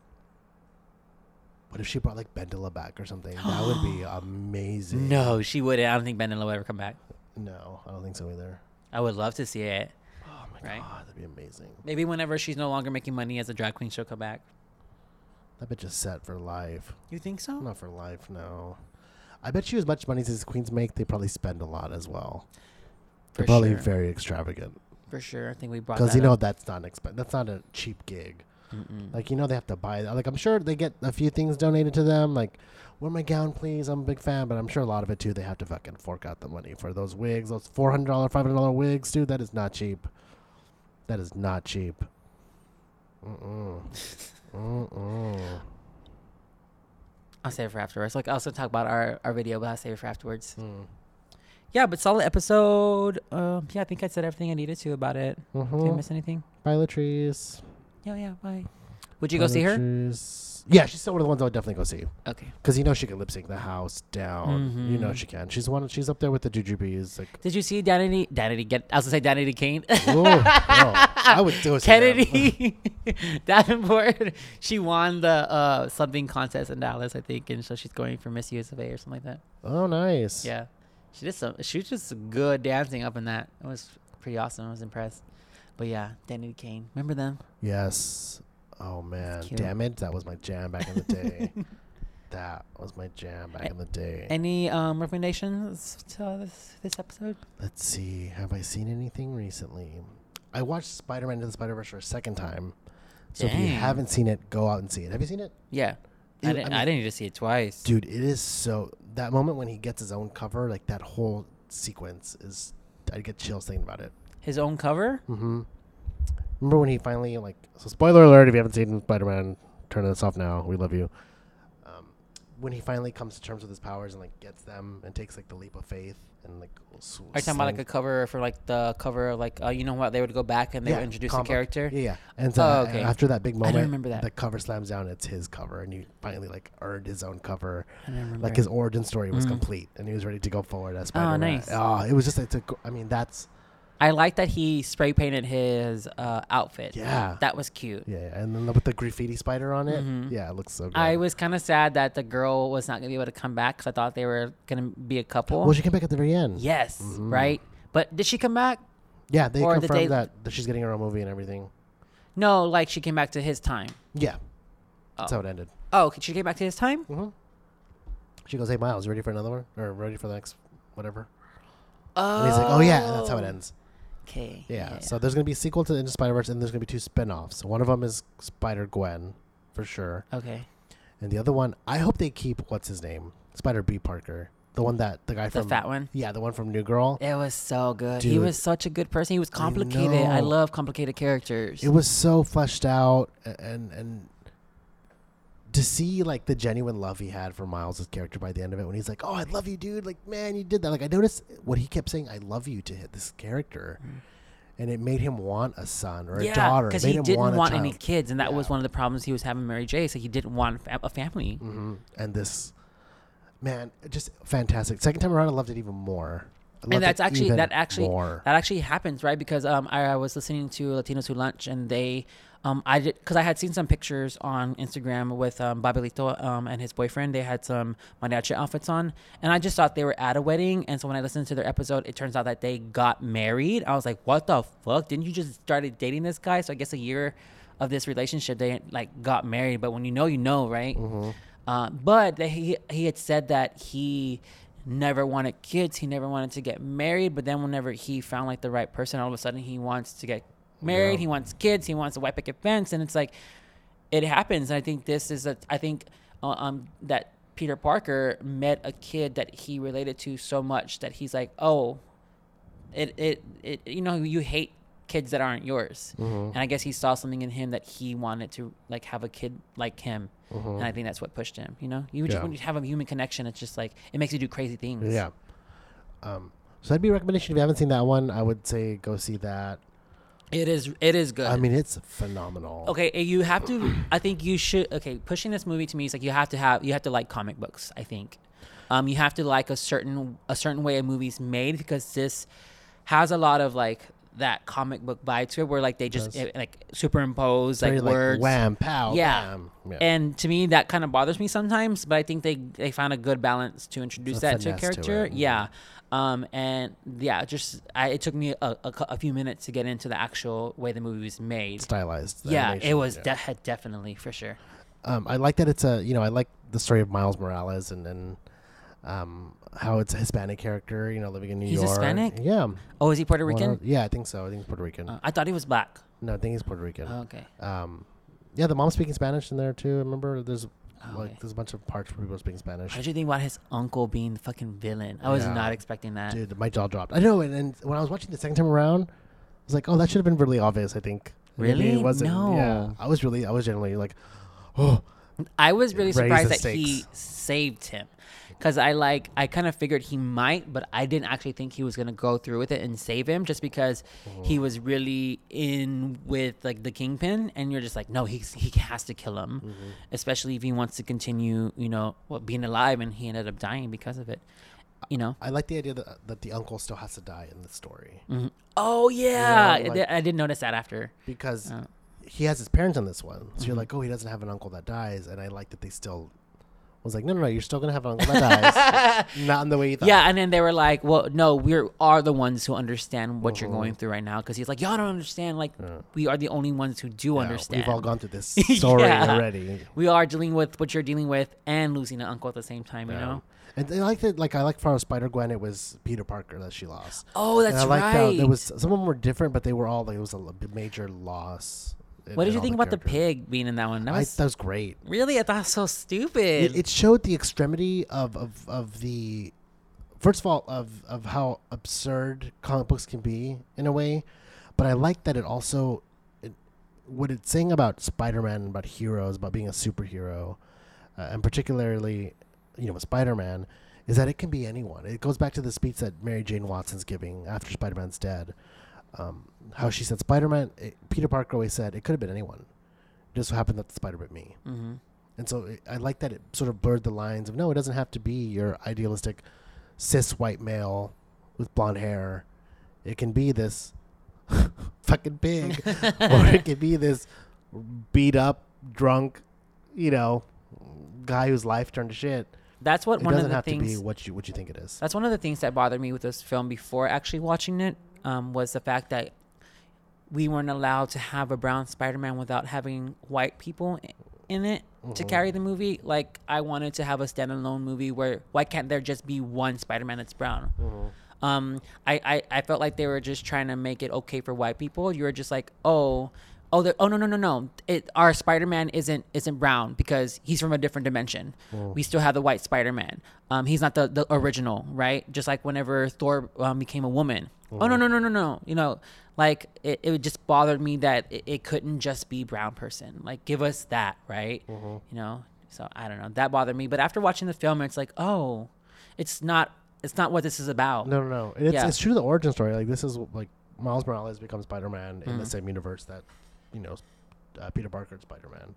What if she brought like Bendela back or something? That would be amazing.
No, she wouldn't. I don't think Bendela will ever come back.
No, I don't think so either.
I would love to see it.
Oh my
Right.
god, that'd be amazing.
Maybe whenever she's no longer making money as a drag queen, she'll come back.
That bitch is set for life.
You think so?
Not for life, no. I bet you as much money as queens make, they probably spend a lot as well.
For
They're probably
sure.
very extravagant
For sure. I think we brought
because
that
you know
up.
that's not an exp- That's not a cheap gig. Like you know they have to buy. Like I'm sure they get a few things donated to them. Like, wear my gown, please. I'm a big fan, but I'm sure a lot of it too. They have to fucking fork out the money for those wigs. Those four hundred dollar, five hundred dollar wigs, dude. That is not cheap. That is not cheap. Mm-mm. Mm-mm.
I'll save it for afterwards. Like, I'll also talk about our, our video, but I'll save it for afterwards.
Mm.
Yeah, but solid episode. Um, yeah, I think I said everything I needed to about it. Did I
Mm-hmm.
miss anything?
Violet trees.
Yeah, yeah, bye. Would
Uh,
you go see her?
Yeah, she's still one of the ones I would definitely go see.
Okay.
Because you know she can lip sync the house down. You know
Mhm.
she can. She's one. She's up there with the Jujubes. Like,
Did you see Danity? Danity get. I was gonna say Danity Kane.
ooh, no, I would do it. to them.
Kennedy Davenport. She won the uh, something contest in Dallas, I think, and so she's going for Miss USA or something like that.
Oh, nice.
Yeah, she did some. She was just good dancing up in that. It was pretty awesome. I was impressed. But yeah, Danny Kane. Remember them?
Yes. Oh man,
cute.
damn it! That was my jam back in the day. that was my jam back in the day.
Any um, recommendations to this this episode?
Let's see. Have I seen anything recently? I watched Spider Man into the Spider Verse for a second time. So if you
Dang.
haven't seen it, go out and see it. Have you seen it?
Yeah, I
Ew, I
didn't. I,
mean-
didn't need to see it twice.
Dude, it is so that moment when he gets his own cover, like that whole sequence is I get chills thinking about it.
His own cover.
Mm-hmm. Remember when he finally like so spoiler alert if you haven't seen Spider Man, turn this off now. We love you. Um, when he finally comes to terms with his powers and like gets them and takes like the leap of faith and like s-
Are you talking about like a
slings-
cover for like the cover of like uh, you know what they would go back and they
Yeah,
would introduce
comic.
a character?
Yeah, yeah. And so
Oh,
a-
okay.
after that big
don't
moment,
remember that.
the cover slams down. It's his cover, and he finally like earned his own cover.
I don't remember.
Like his origin story was
Mhm.
complete, and he was ready to go forward as Spider-Man.
nice.
Oh, it was just like, I mean, that's
I like that he spray painted his uh, outfit.
Yeah.
that was cute.
yeah. And then with the graffiti spider on it,
Mhm.
yeah, it looks so good.
I was kind of sad that the girl was not gonna be able to come back because I thought they were gonna be a couple.
well, she came back at the very end.
yes,
Mhm.
right. But did she come back?
Yeah, they
Or the
confirmed
day-
that, that she's getting her own movie and everything.
No, like she came back to his time.
Yeah,
Oh,
that's how it ended.
oh okay, she came back to his time.
hmm She goes, "Hey, Miles, you ready for another one? Or ready for the next whatever?"
Oh,
And he's like, "Oh yeah," and that's how it ends.
Okay.
Yeah. So there's gonna be a sequel to Into Spider Verse, and there's gonna be two spin-offs. One of them is Spider Gwen, for sure,
okay.
and the other one, I hope they keep what's his name, Spider B Parker, the one that the guy
The
from
fat one?
Yeah, the one from New Girl.
It was so good. He
Dude.
was such a good person. He was complicated. I,
know.
love complicated characters.
It was so fleshed out a- and and to see like the genuine love he had for Miles' character by the end of it when he's like, "Oh, I love you, dude." Like, "Man, you did that." Like I noticed what he kept saying, "I love you" to hit this character. And it made him want a son or a
Mm. yeah,
daughter. It
because
made
he
him
didn't
want,
want,
a child.
any kids, and that was
Yeah.
one of the problems he was having with Mary J. So he didn't want fa- a family.
Mhm. And this man, just fantastic. Second time around, I loved it even more. I loved
and that's
it
actually
even
that actually
more.
that actually happens right because um I, I was listening to Latinos Who Lunch and they um I did because I had seen some pictures on Instagram with um Babelito um and his boyfriend they had some mariachi outfits on and I just thought they were at a wedding and so when I listened to their episode it turns out that they got married I was like what the fuck didn't you just started dating this guy so I guess a year of this relationship they like got married but when you know you know right uh, but they- he he had said that he never wanted kids. He never wanted to get married. But then whenever he found like the right person, all of a sudden he wants to get married. He wants kids. He wants a white picket fence. And it's like it happens. And I think this is a I think uh, um that Peter Parker met a kid that he related to so much that he's like oh it it, it you know you hate kids that aren't yours and i guess he saw something in him that he wanted to like have a kid like him and i think that's what pushed him you know you just
Yeah.
when you have a human connection it's just like it makes you do crazy things
Yeah. Um, so that'd be a recommendation. If you haven't seen that one, I would say go see that.
it is it is good
I mean, it's phenomenal.
okay eh, you have to i think you should okay pushing this movie to me is like you have to have you have to like comic books i think um you have to like a certain a certain way a movie's made because this has a lot of like that comic book vibe to it where like they just
does.
eh, like superimpose
Very,
like
like,
words
wham, pow,
Yeah.
bam. yeah.
and to me that kind of bothers me sometimes but i think they they found a good balance to introduce
A
that to a
finesse to
character
it.
yeah um and yeah just I, it took me a, a, cou- a few minutes to get into the actual way the movie was made
Stylized. the
yeah it
animation,
was
yeah.
de- definitely for sure
um, I like that it's a you know I like the story of Miles Morales and and um, how it's a Hispanic character you know living in New
He's
York.
Hispanic?
Yeah.
oh is he puerto
One
rican
of- yeah, I think so. I think he's Puerto Rican.
Uh, i thought he was black
no, I think he's Puerto Rican.
oh, okay
um, yeah, the mom's speaking Spanish in there too. Remember, there's
Oh,
like
yeah.
there's a bunch of parts where people speaking Spanish.
how did you think about his uncle being the fucking villain i was
Yeah.
not expecting that
Dude, my jaw dropped. I know, and, and when I was watching the second time around, I was like, "Oh, that should have been really obvious." I think. And maybe
Really?
It wasn't. Yeah,
No.
I was really, I was generally like, "Oh,
I was really
raised the
surprised that he
stakes.
saved him because I like I kind of figured he might, but I didn't actually think he was gonna go through with it and save him just because
Oh.
he was really in with like the kingpin, and you're just like, no, he he has to kill him,
Mm-hmm.
especially if he wants to continue, you know, well, being alive, and he ended up dying because of it, you know.
I like the idea that that the uncle still has to die in the story
Mhm. Oh yeah,
like-
I did- I did notice that after.
because
Oh.
he has his parents on this one." So
Mm-hmm.
you're like, "Oh, he doesn't have an uncle that dies," and I like that they still was like, "No, no, no, you're still gonna have an uncle that dies, not in the way you thought."
Yeah, and then they were like, "Well, no, we are the ones who understand what
Mm-hmm.
you're going through right now." Because he's like, "Y'all don't understand. Like, we are the only ones who do
Yeah,
understand.
We've all gone through this story
Yeah.
already.
We are dealing with what you're dealing with and losing an uncle at the same time. You know?
And I like that. Like I like for Spider Gwen, it was Peter Parker that she lost.
Oh, that's
and I like
right.
How there was some of them were different, but they were all like it was a l- major loss. in-
what
in
did you
all
think about the
characters.
pig being in that one? That
I,
was
that was great.
really, I thought it was so stupid.
It, it showed the extremity of, of of the first of all of of how absurd comic books can be in a way, but I like that it also it, what it's saying about Spider Man about heroes about being a superhero, uh, and particularly you know with Spider Man. Is that it can be anyone. It goes back to the speech that Mary Jane Watson's giving after Spider Man's dead. Um, how she said, Spider Man, Peter Parker always said, it could have been anyone. It just so happened that the spider bit me.
Mhm.
And so it, I like that it sort of blurred the lines of no, it doesn't have to be your idealistic cis white male with blonde hair. It can be this fucking pig, or it can be this beat up, drunk, you know, guy whose life turned to shit.
That's what
it
one of
doesn't
the
have
things. Uh,
to be what you what you think it is.
That's one of the things that bothered me with this film before actually watching it um, was the fact that we weren't allowed to have a brown Spider-Man without having white people i- in it to carry the movie. Like I wanted to have a standalone movie where why can't there just be one Spider-Man that's brown? Um, I, I I felt like they were just trying to make it okay for white people. You were just like, oh. Oh, there- oh no no no no! It, our Spider Man isn't isn't brown because he's from a different dimension. We still have the white Spider Man. Um, he's not the, the original, right? Just like whenever Thor um, became a woman. Oh no no no no no! You know, like it, it just bothered me that it, it couldn't just be brown person. Like give us that, right?
Mm-hmm.
You know, so I don't know. That bothered me. But after watching the film, it's like oh, it's not it's not what this is about.
No, no, no. It's,
Yeah.
it's true. The origin story, like this, is like Miles Morales becomes Spider Man in
Mm-hmm.
the same universe that you know uh, Peter Parker Spider Man.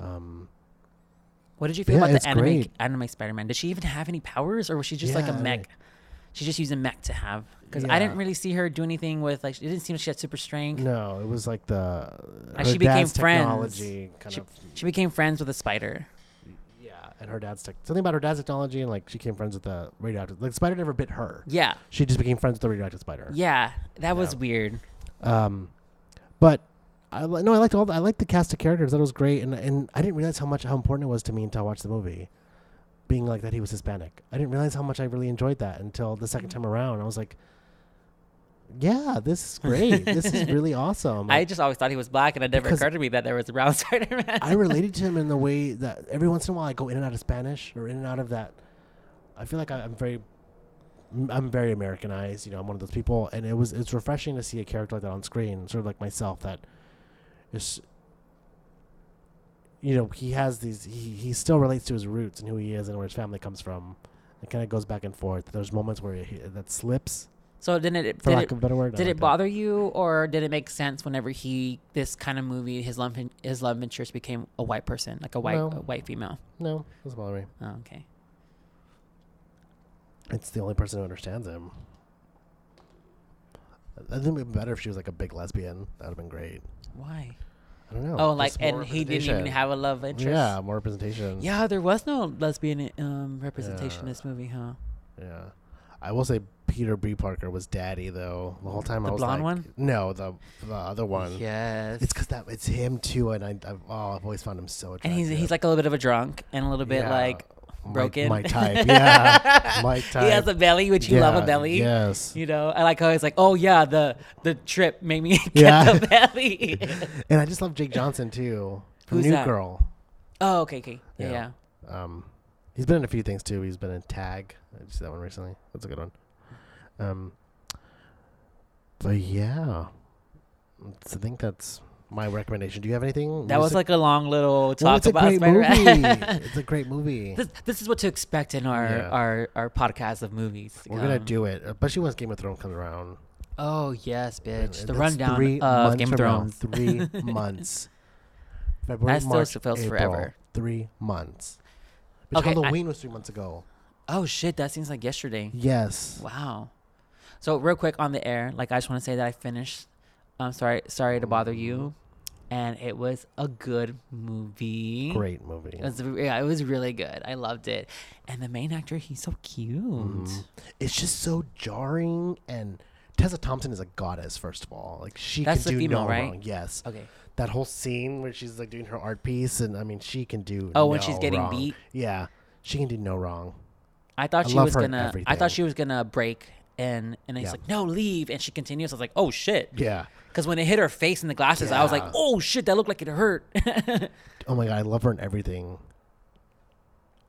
Um,
What did you feel
Yeah,
about
it's
the anime
great.
anime Spider Man? Did she even have any powers, or was she just like a
Yeah, I
mech?
think-
She's just using mech to have. Because I didn't
Yeah.
really see her do anything with like. It didn't seem like she had super strength.
no, it was like the
Like,
her
she became
dad's
friends.
technology kind
She-
of
She became friends with a spider.
yeah, and her dad's tech something about her dad's technology and like she became friends with the radioactive. Like the spider never bit her.
Yeah,
She just became friends with the radioactive spider.
yeah, that was
Yeah.
weird.
Um, but I li- no, I liked all. The, I liked the cast of characters. That was great, and and I didn't realize how much how important it was to me until I watched the movie. Being like that, he was Hispanic. I didn't realize how much I really enjoyed that until the second time around. I was like, "Yeah, this is great. this is really awesome."
I just always thought he was black, and it never
Because-
occurred to me that there was a brown Spider Man.
I related to him in the way that every once in a while I go in and out of Spanish or in and out of that. I feel like I, I'm very, m- I'm very Americanized. You know, I'm one of those people, and it was it's refreshing to see a character like that on screen, sort of like myself that is. You know, he has these. He he still relates to his roots and who he is and where his family comes from. It kind of goes back and forth. There's moments where he, that slips,
so did it?
for
Did
lack
it,
of a better word. I
did
like
it
that.
bother you, or did it make sense whenever he this kind of movie his love his love interest became a white person, like a white
No.
a white female?
No, it doesn't bother me.
Oh, okay.
It's the only person who understands him. I think it'd be better if she was like a big lesbian. That would have been great.
Why?
I don't know.
Oh, like
Just more
and he didn't even
representation.
have a love interest.
Yeah, more representation.
Yeah, there was no lesbian um, representation in
Yeah.
this movie, huh?
Yeah. I will say Peter B. Parker was daddy though. The whole time
The
I was
blonde
like,
one?
No, the the other one.
Yes.
It's because that it's him too, and I I've, oh I've always found him so
and
attractive.
he's he's like a little bit of a drunk and a little bit
Yeah.
like
My-
broken.
My, type, yeah, my type.
he has a belly, which you love a
Yeah,
belly.
Yes,
You know, I like how he's like, oh yeah, the the trip made me get
Yeah.
the belly.
and I just love Jake Johnson too. from
Who's
New
that?
Girl.
oh, okay, okay, yeah,
Yeah.
yeah.
Um, he's been in a few things too. He's been in Tag. I just see that one recently. That's a good one. Um, but yeah, so I think that's my recommendation. Do you have anything?
That was like a long little
Well,
talk
it's a
about
great
Spider-Man.
movie. it's a great movie.
this, this is what to expect in our
Yeah.
our, our podcast of movies. to
We're gonna
come.
do it, especially once Game of Thrones comes around.
Oh yes,
And
bitch! The
Uh, that's
rundown
three
of Game of
months from now.
Thrones.
Three months. February,
That still
March,
feels
April,
forever.
Three months. Bitch,
Okay, I-
Halloween was three months ago.
Oh shit! That seems like yesterday.
Yes.
Wow. So real quick on the air, like I just want to say that I finished. I'm sorry, sorry to bother you, and it was a good movie.
Great movie.
It was, yeah, it was really good. I loved it, and the main actor, he's so cute.
it's just so jarring and Tessa Thompson is a goddess, first of all. Like she
That's the
can do
female,
no
right?
wrong. Yes.
Okay.
That whole scene where she's like doing her art piece, and I mean, she can do.
Oh, when she's
no
getting
wrong.
beat?
Yeah, she can do no wrong.
I thought
I
she
love
was
her in
gonna. I
everything.
thought she was gonna break, and and he's
Yeah.
like, "No, leave," and she continues. I was like, "Oh shit!"
Yeah.
Because when it hit her face in the glasses, I was like,
Yeah.
"Oh shit!" That looked like it hurt.
Oh my god, I love her in everything.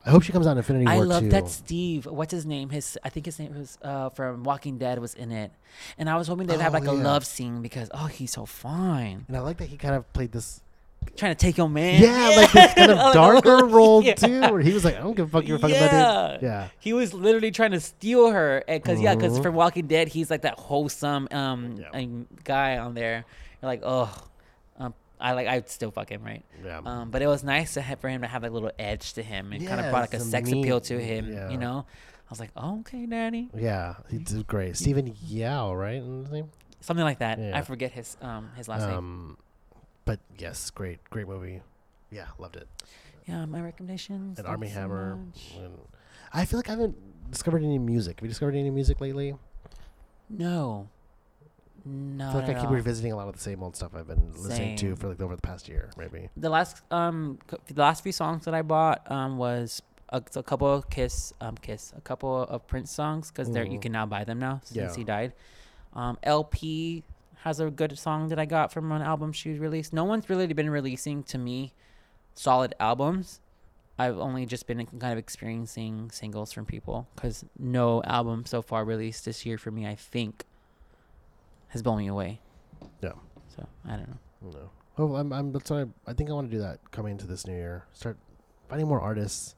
I hope she comes out in Infinity
I
War
love
too.
that Steve. What's his name? His I think his name was uh, from Walking Dead was in it, and I was hoping they'd have
Oh,
like a
yeah.
love scene because oh he's so fine,
and I like that he kind of played this.
trying to take your man.
Yeah, like this kind
Like,
of darker role
Oh, yeah.
too, where he was like, "I don't give a fuck. You're fucking that dude." Yeah. Mm-hmm.
He was literally trying to steal her, and because yeah, because from Walking Dead, he's like that wholesome um,
Yeah.
um, guy on there. You're like, oh, um, I like I'd still fuck him, right?
Yeah.
Um, but it was nice to have, for him to have that little edge to him, and kind of brought like a
Yes, the
sex
meat.
appeal to him.
Yeah.
You know, I was like, oh, okay, Daddy.
Yeah, he did great. Stephen Yao, right? Isn't his name?
something like that. I
Yeah.
forget his um his last name.
Um, but yes, great, great movie. Yeah, loved it.
Yeah, my recommendations.
And
not
Army
so
Hammer.
much.
and- I feel like I haven't discovered any music. Have you discovered any music lately?
No, no.
I feel like
not
I
at
keep
all.
revisiting a lot of the same old stuff I've been
Same.
listening to for like over the past year, maybe.
the last um c- the last few songs that I bought um was a, a couple of Kiss um Kiss a couple of Prince songs because they're you
Mhm.
can now buy them now since
Yeah.
he died. Um, LP has a good song that I got from an album she released. No one's really been releasing to me solid albums. I've only just been kind of experiencing singles from people because no album so far released this year for me, I think, has blown me away.
Yeah.
So I don't know.
No. Oh, I'm. I'm. That's why I, I think I want to do that coming into this new year. Start finding more artists.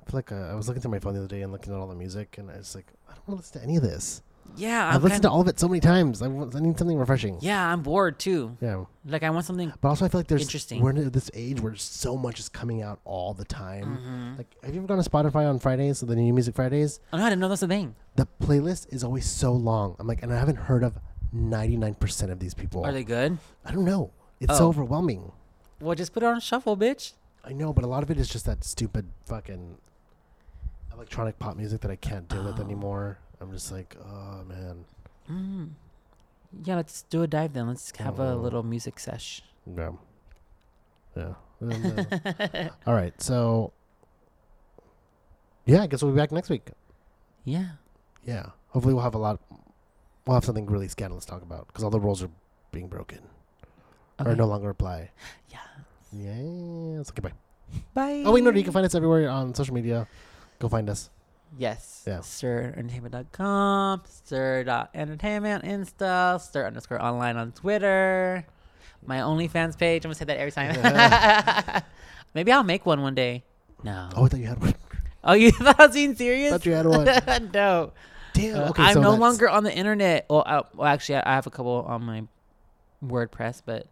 I feel like uh, I was looking through my phone the other day and looking at all the music, and I was like, I don't want to listen to any of this.
Yeah,
I've
I'm
listened
kind
to all of it so many times. I, want, I need something refreshing.
yeah, I'm bored too.
Yeah.
Like I want something.
But also, I feel like there's
Interesting.
We're in this age where so much is coming out all the time.
Mhm.
Like, have you ever gone to Spotify on Fridays, so the new music Fridays?
Oh, no, I didn't know that's a thing.
The playlist is always so long. I'm like, and I haven't heard of 99% of these people.
Are they good?
I don't know. It's so
Oh.
overwhelming.
Well, just put it on shuffle, bitch.
I know, but a lot of it is just that stupid fucking electronic pop music that I can't deal with
Oh.
anymore. I'm just like, oh man,
Mm. Yeah, let's do a dive then. Let's have a
Oh.
little music sesh.
no, yeah. And, uh, all right, so yeah, I guess we'll be back next week.
Yeah.
Yeah, hopefully we'll have a lot. We'll have something really scandalous to talk about because all the rules are being broken
Okay.
or no longer apply.
Yeah.
Yes. Okay. Bye.
Bye.
Oh wait, no, you can find us everywhere on social media. Go find us.
Yes.
Yeah.
SirEntertainment.com, Sir.entertainment Insta, Sir underscore online on Twitter. My OnlyFans page. I'm going to say that every time. Maybe I'll make one one day. No.
Oh, I thought you had one.
Oh, you thought I was being serious?
thought you had one.
no.
Damn.
Uh,
Okay.
I'm
so
no
that's-
longer on the internet. Well, I, well, actually, I I have a couple on my WordPress, but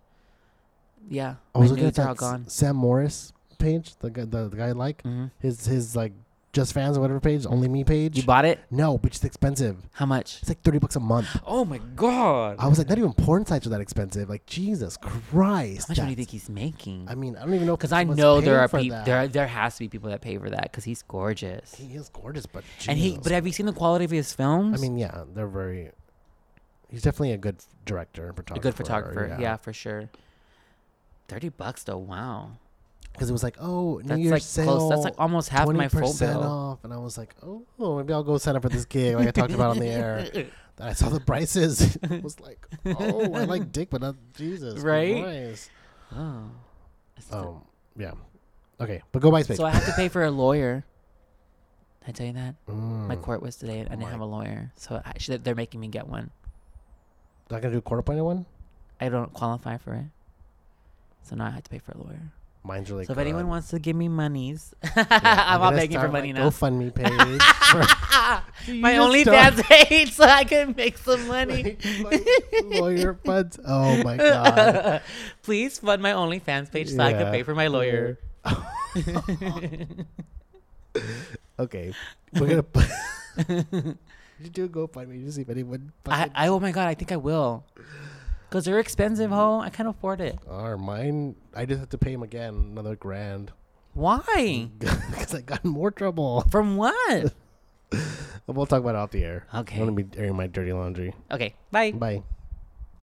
yeah,
I was
my
looking at
nudes are all
that
gone.
S- Sam Morris page, the guy, the, the guy I like
hmm
his his like just fans or whatever page, only me page.
You bought it?
no, but it's expensive.
How much?
It's like thirty bucks a month.
Oh my god!
I was like, not even porn sites are that expensive. Like Jesus Christ.
How much money do you
that's-
think he's making?
I mean, I don't even know
Mm-hmm. Because I
someone's
know there
paying
are
for
people.
that.
There, there has to be people that pay for that because he's gorgeous.
He is gorgeous, but
and he, but
Jesus.
have you seen the quality of his films?
I mean, yeah, they're very. He's definitely a good director and
a
photographer.
good photographer, yeah. for sure. Thirty bucks though, wow.
Because it was like, oh, New
That's
Year's
like
sale.
close. That's like almost half my full
20%
bill.
off, and I was like, oh, maybe I'll go sign up for this gig, like I talked about on the air. Then I saw the prices. I was like, oh, I like dick, but not Jesus,
Right?
Christ.
Oh. That's the-
Um, yeah. Okay, but go by space.
So I had to pay for a lawyer. Did I tell you that?
Mm.
My court was today, and I didn't
My-
have a lawyer, so I, sh- they're making me get one.
Not gonna do a quarter point one.
I don't qualify for it, so now I have to pay for a lawyer.
Mine's really.
so if
good.
anyone wants to give me monies,
Yeah,
I'm, all
gonna
begging for
start
money
my
now.
GoFundMe page. for- You
My
just
OnlyFans page, so I can make some money.
my lawyer funds. Oh my god.
Please fund my OnlyFans page so I
Yeah.
can pay for my lawyer.
Okay, we're gonna. put- you do a GoFundMe to see if anyone.
I,
fucking-
I oh my god, I think I will, cause they're expensive, ho. I can't afford it.
Are mine? I just have to pay him again another grand
Why?
because I got in more trouble.
From what?
We'll talk about it off the air.
Okay.
I'm gonna be airing my dirty laundry.
Okay, bye.
Bye.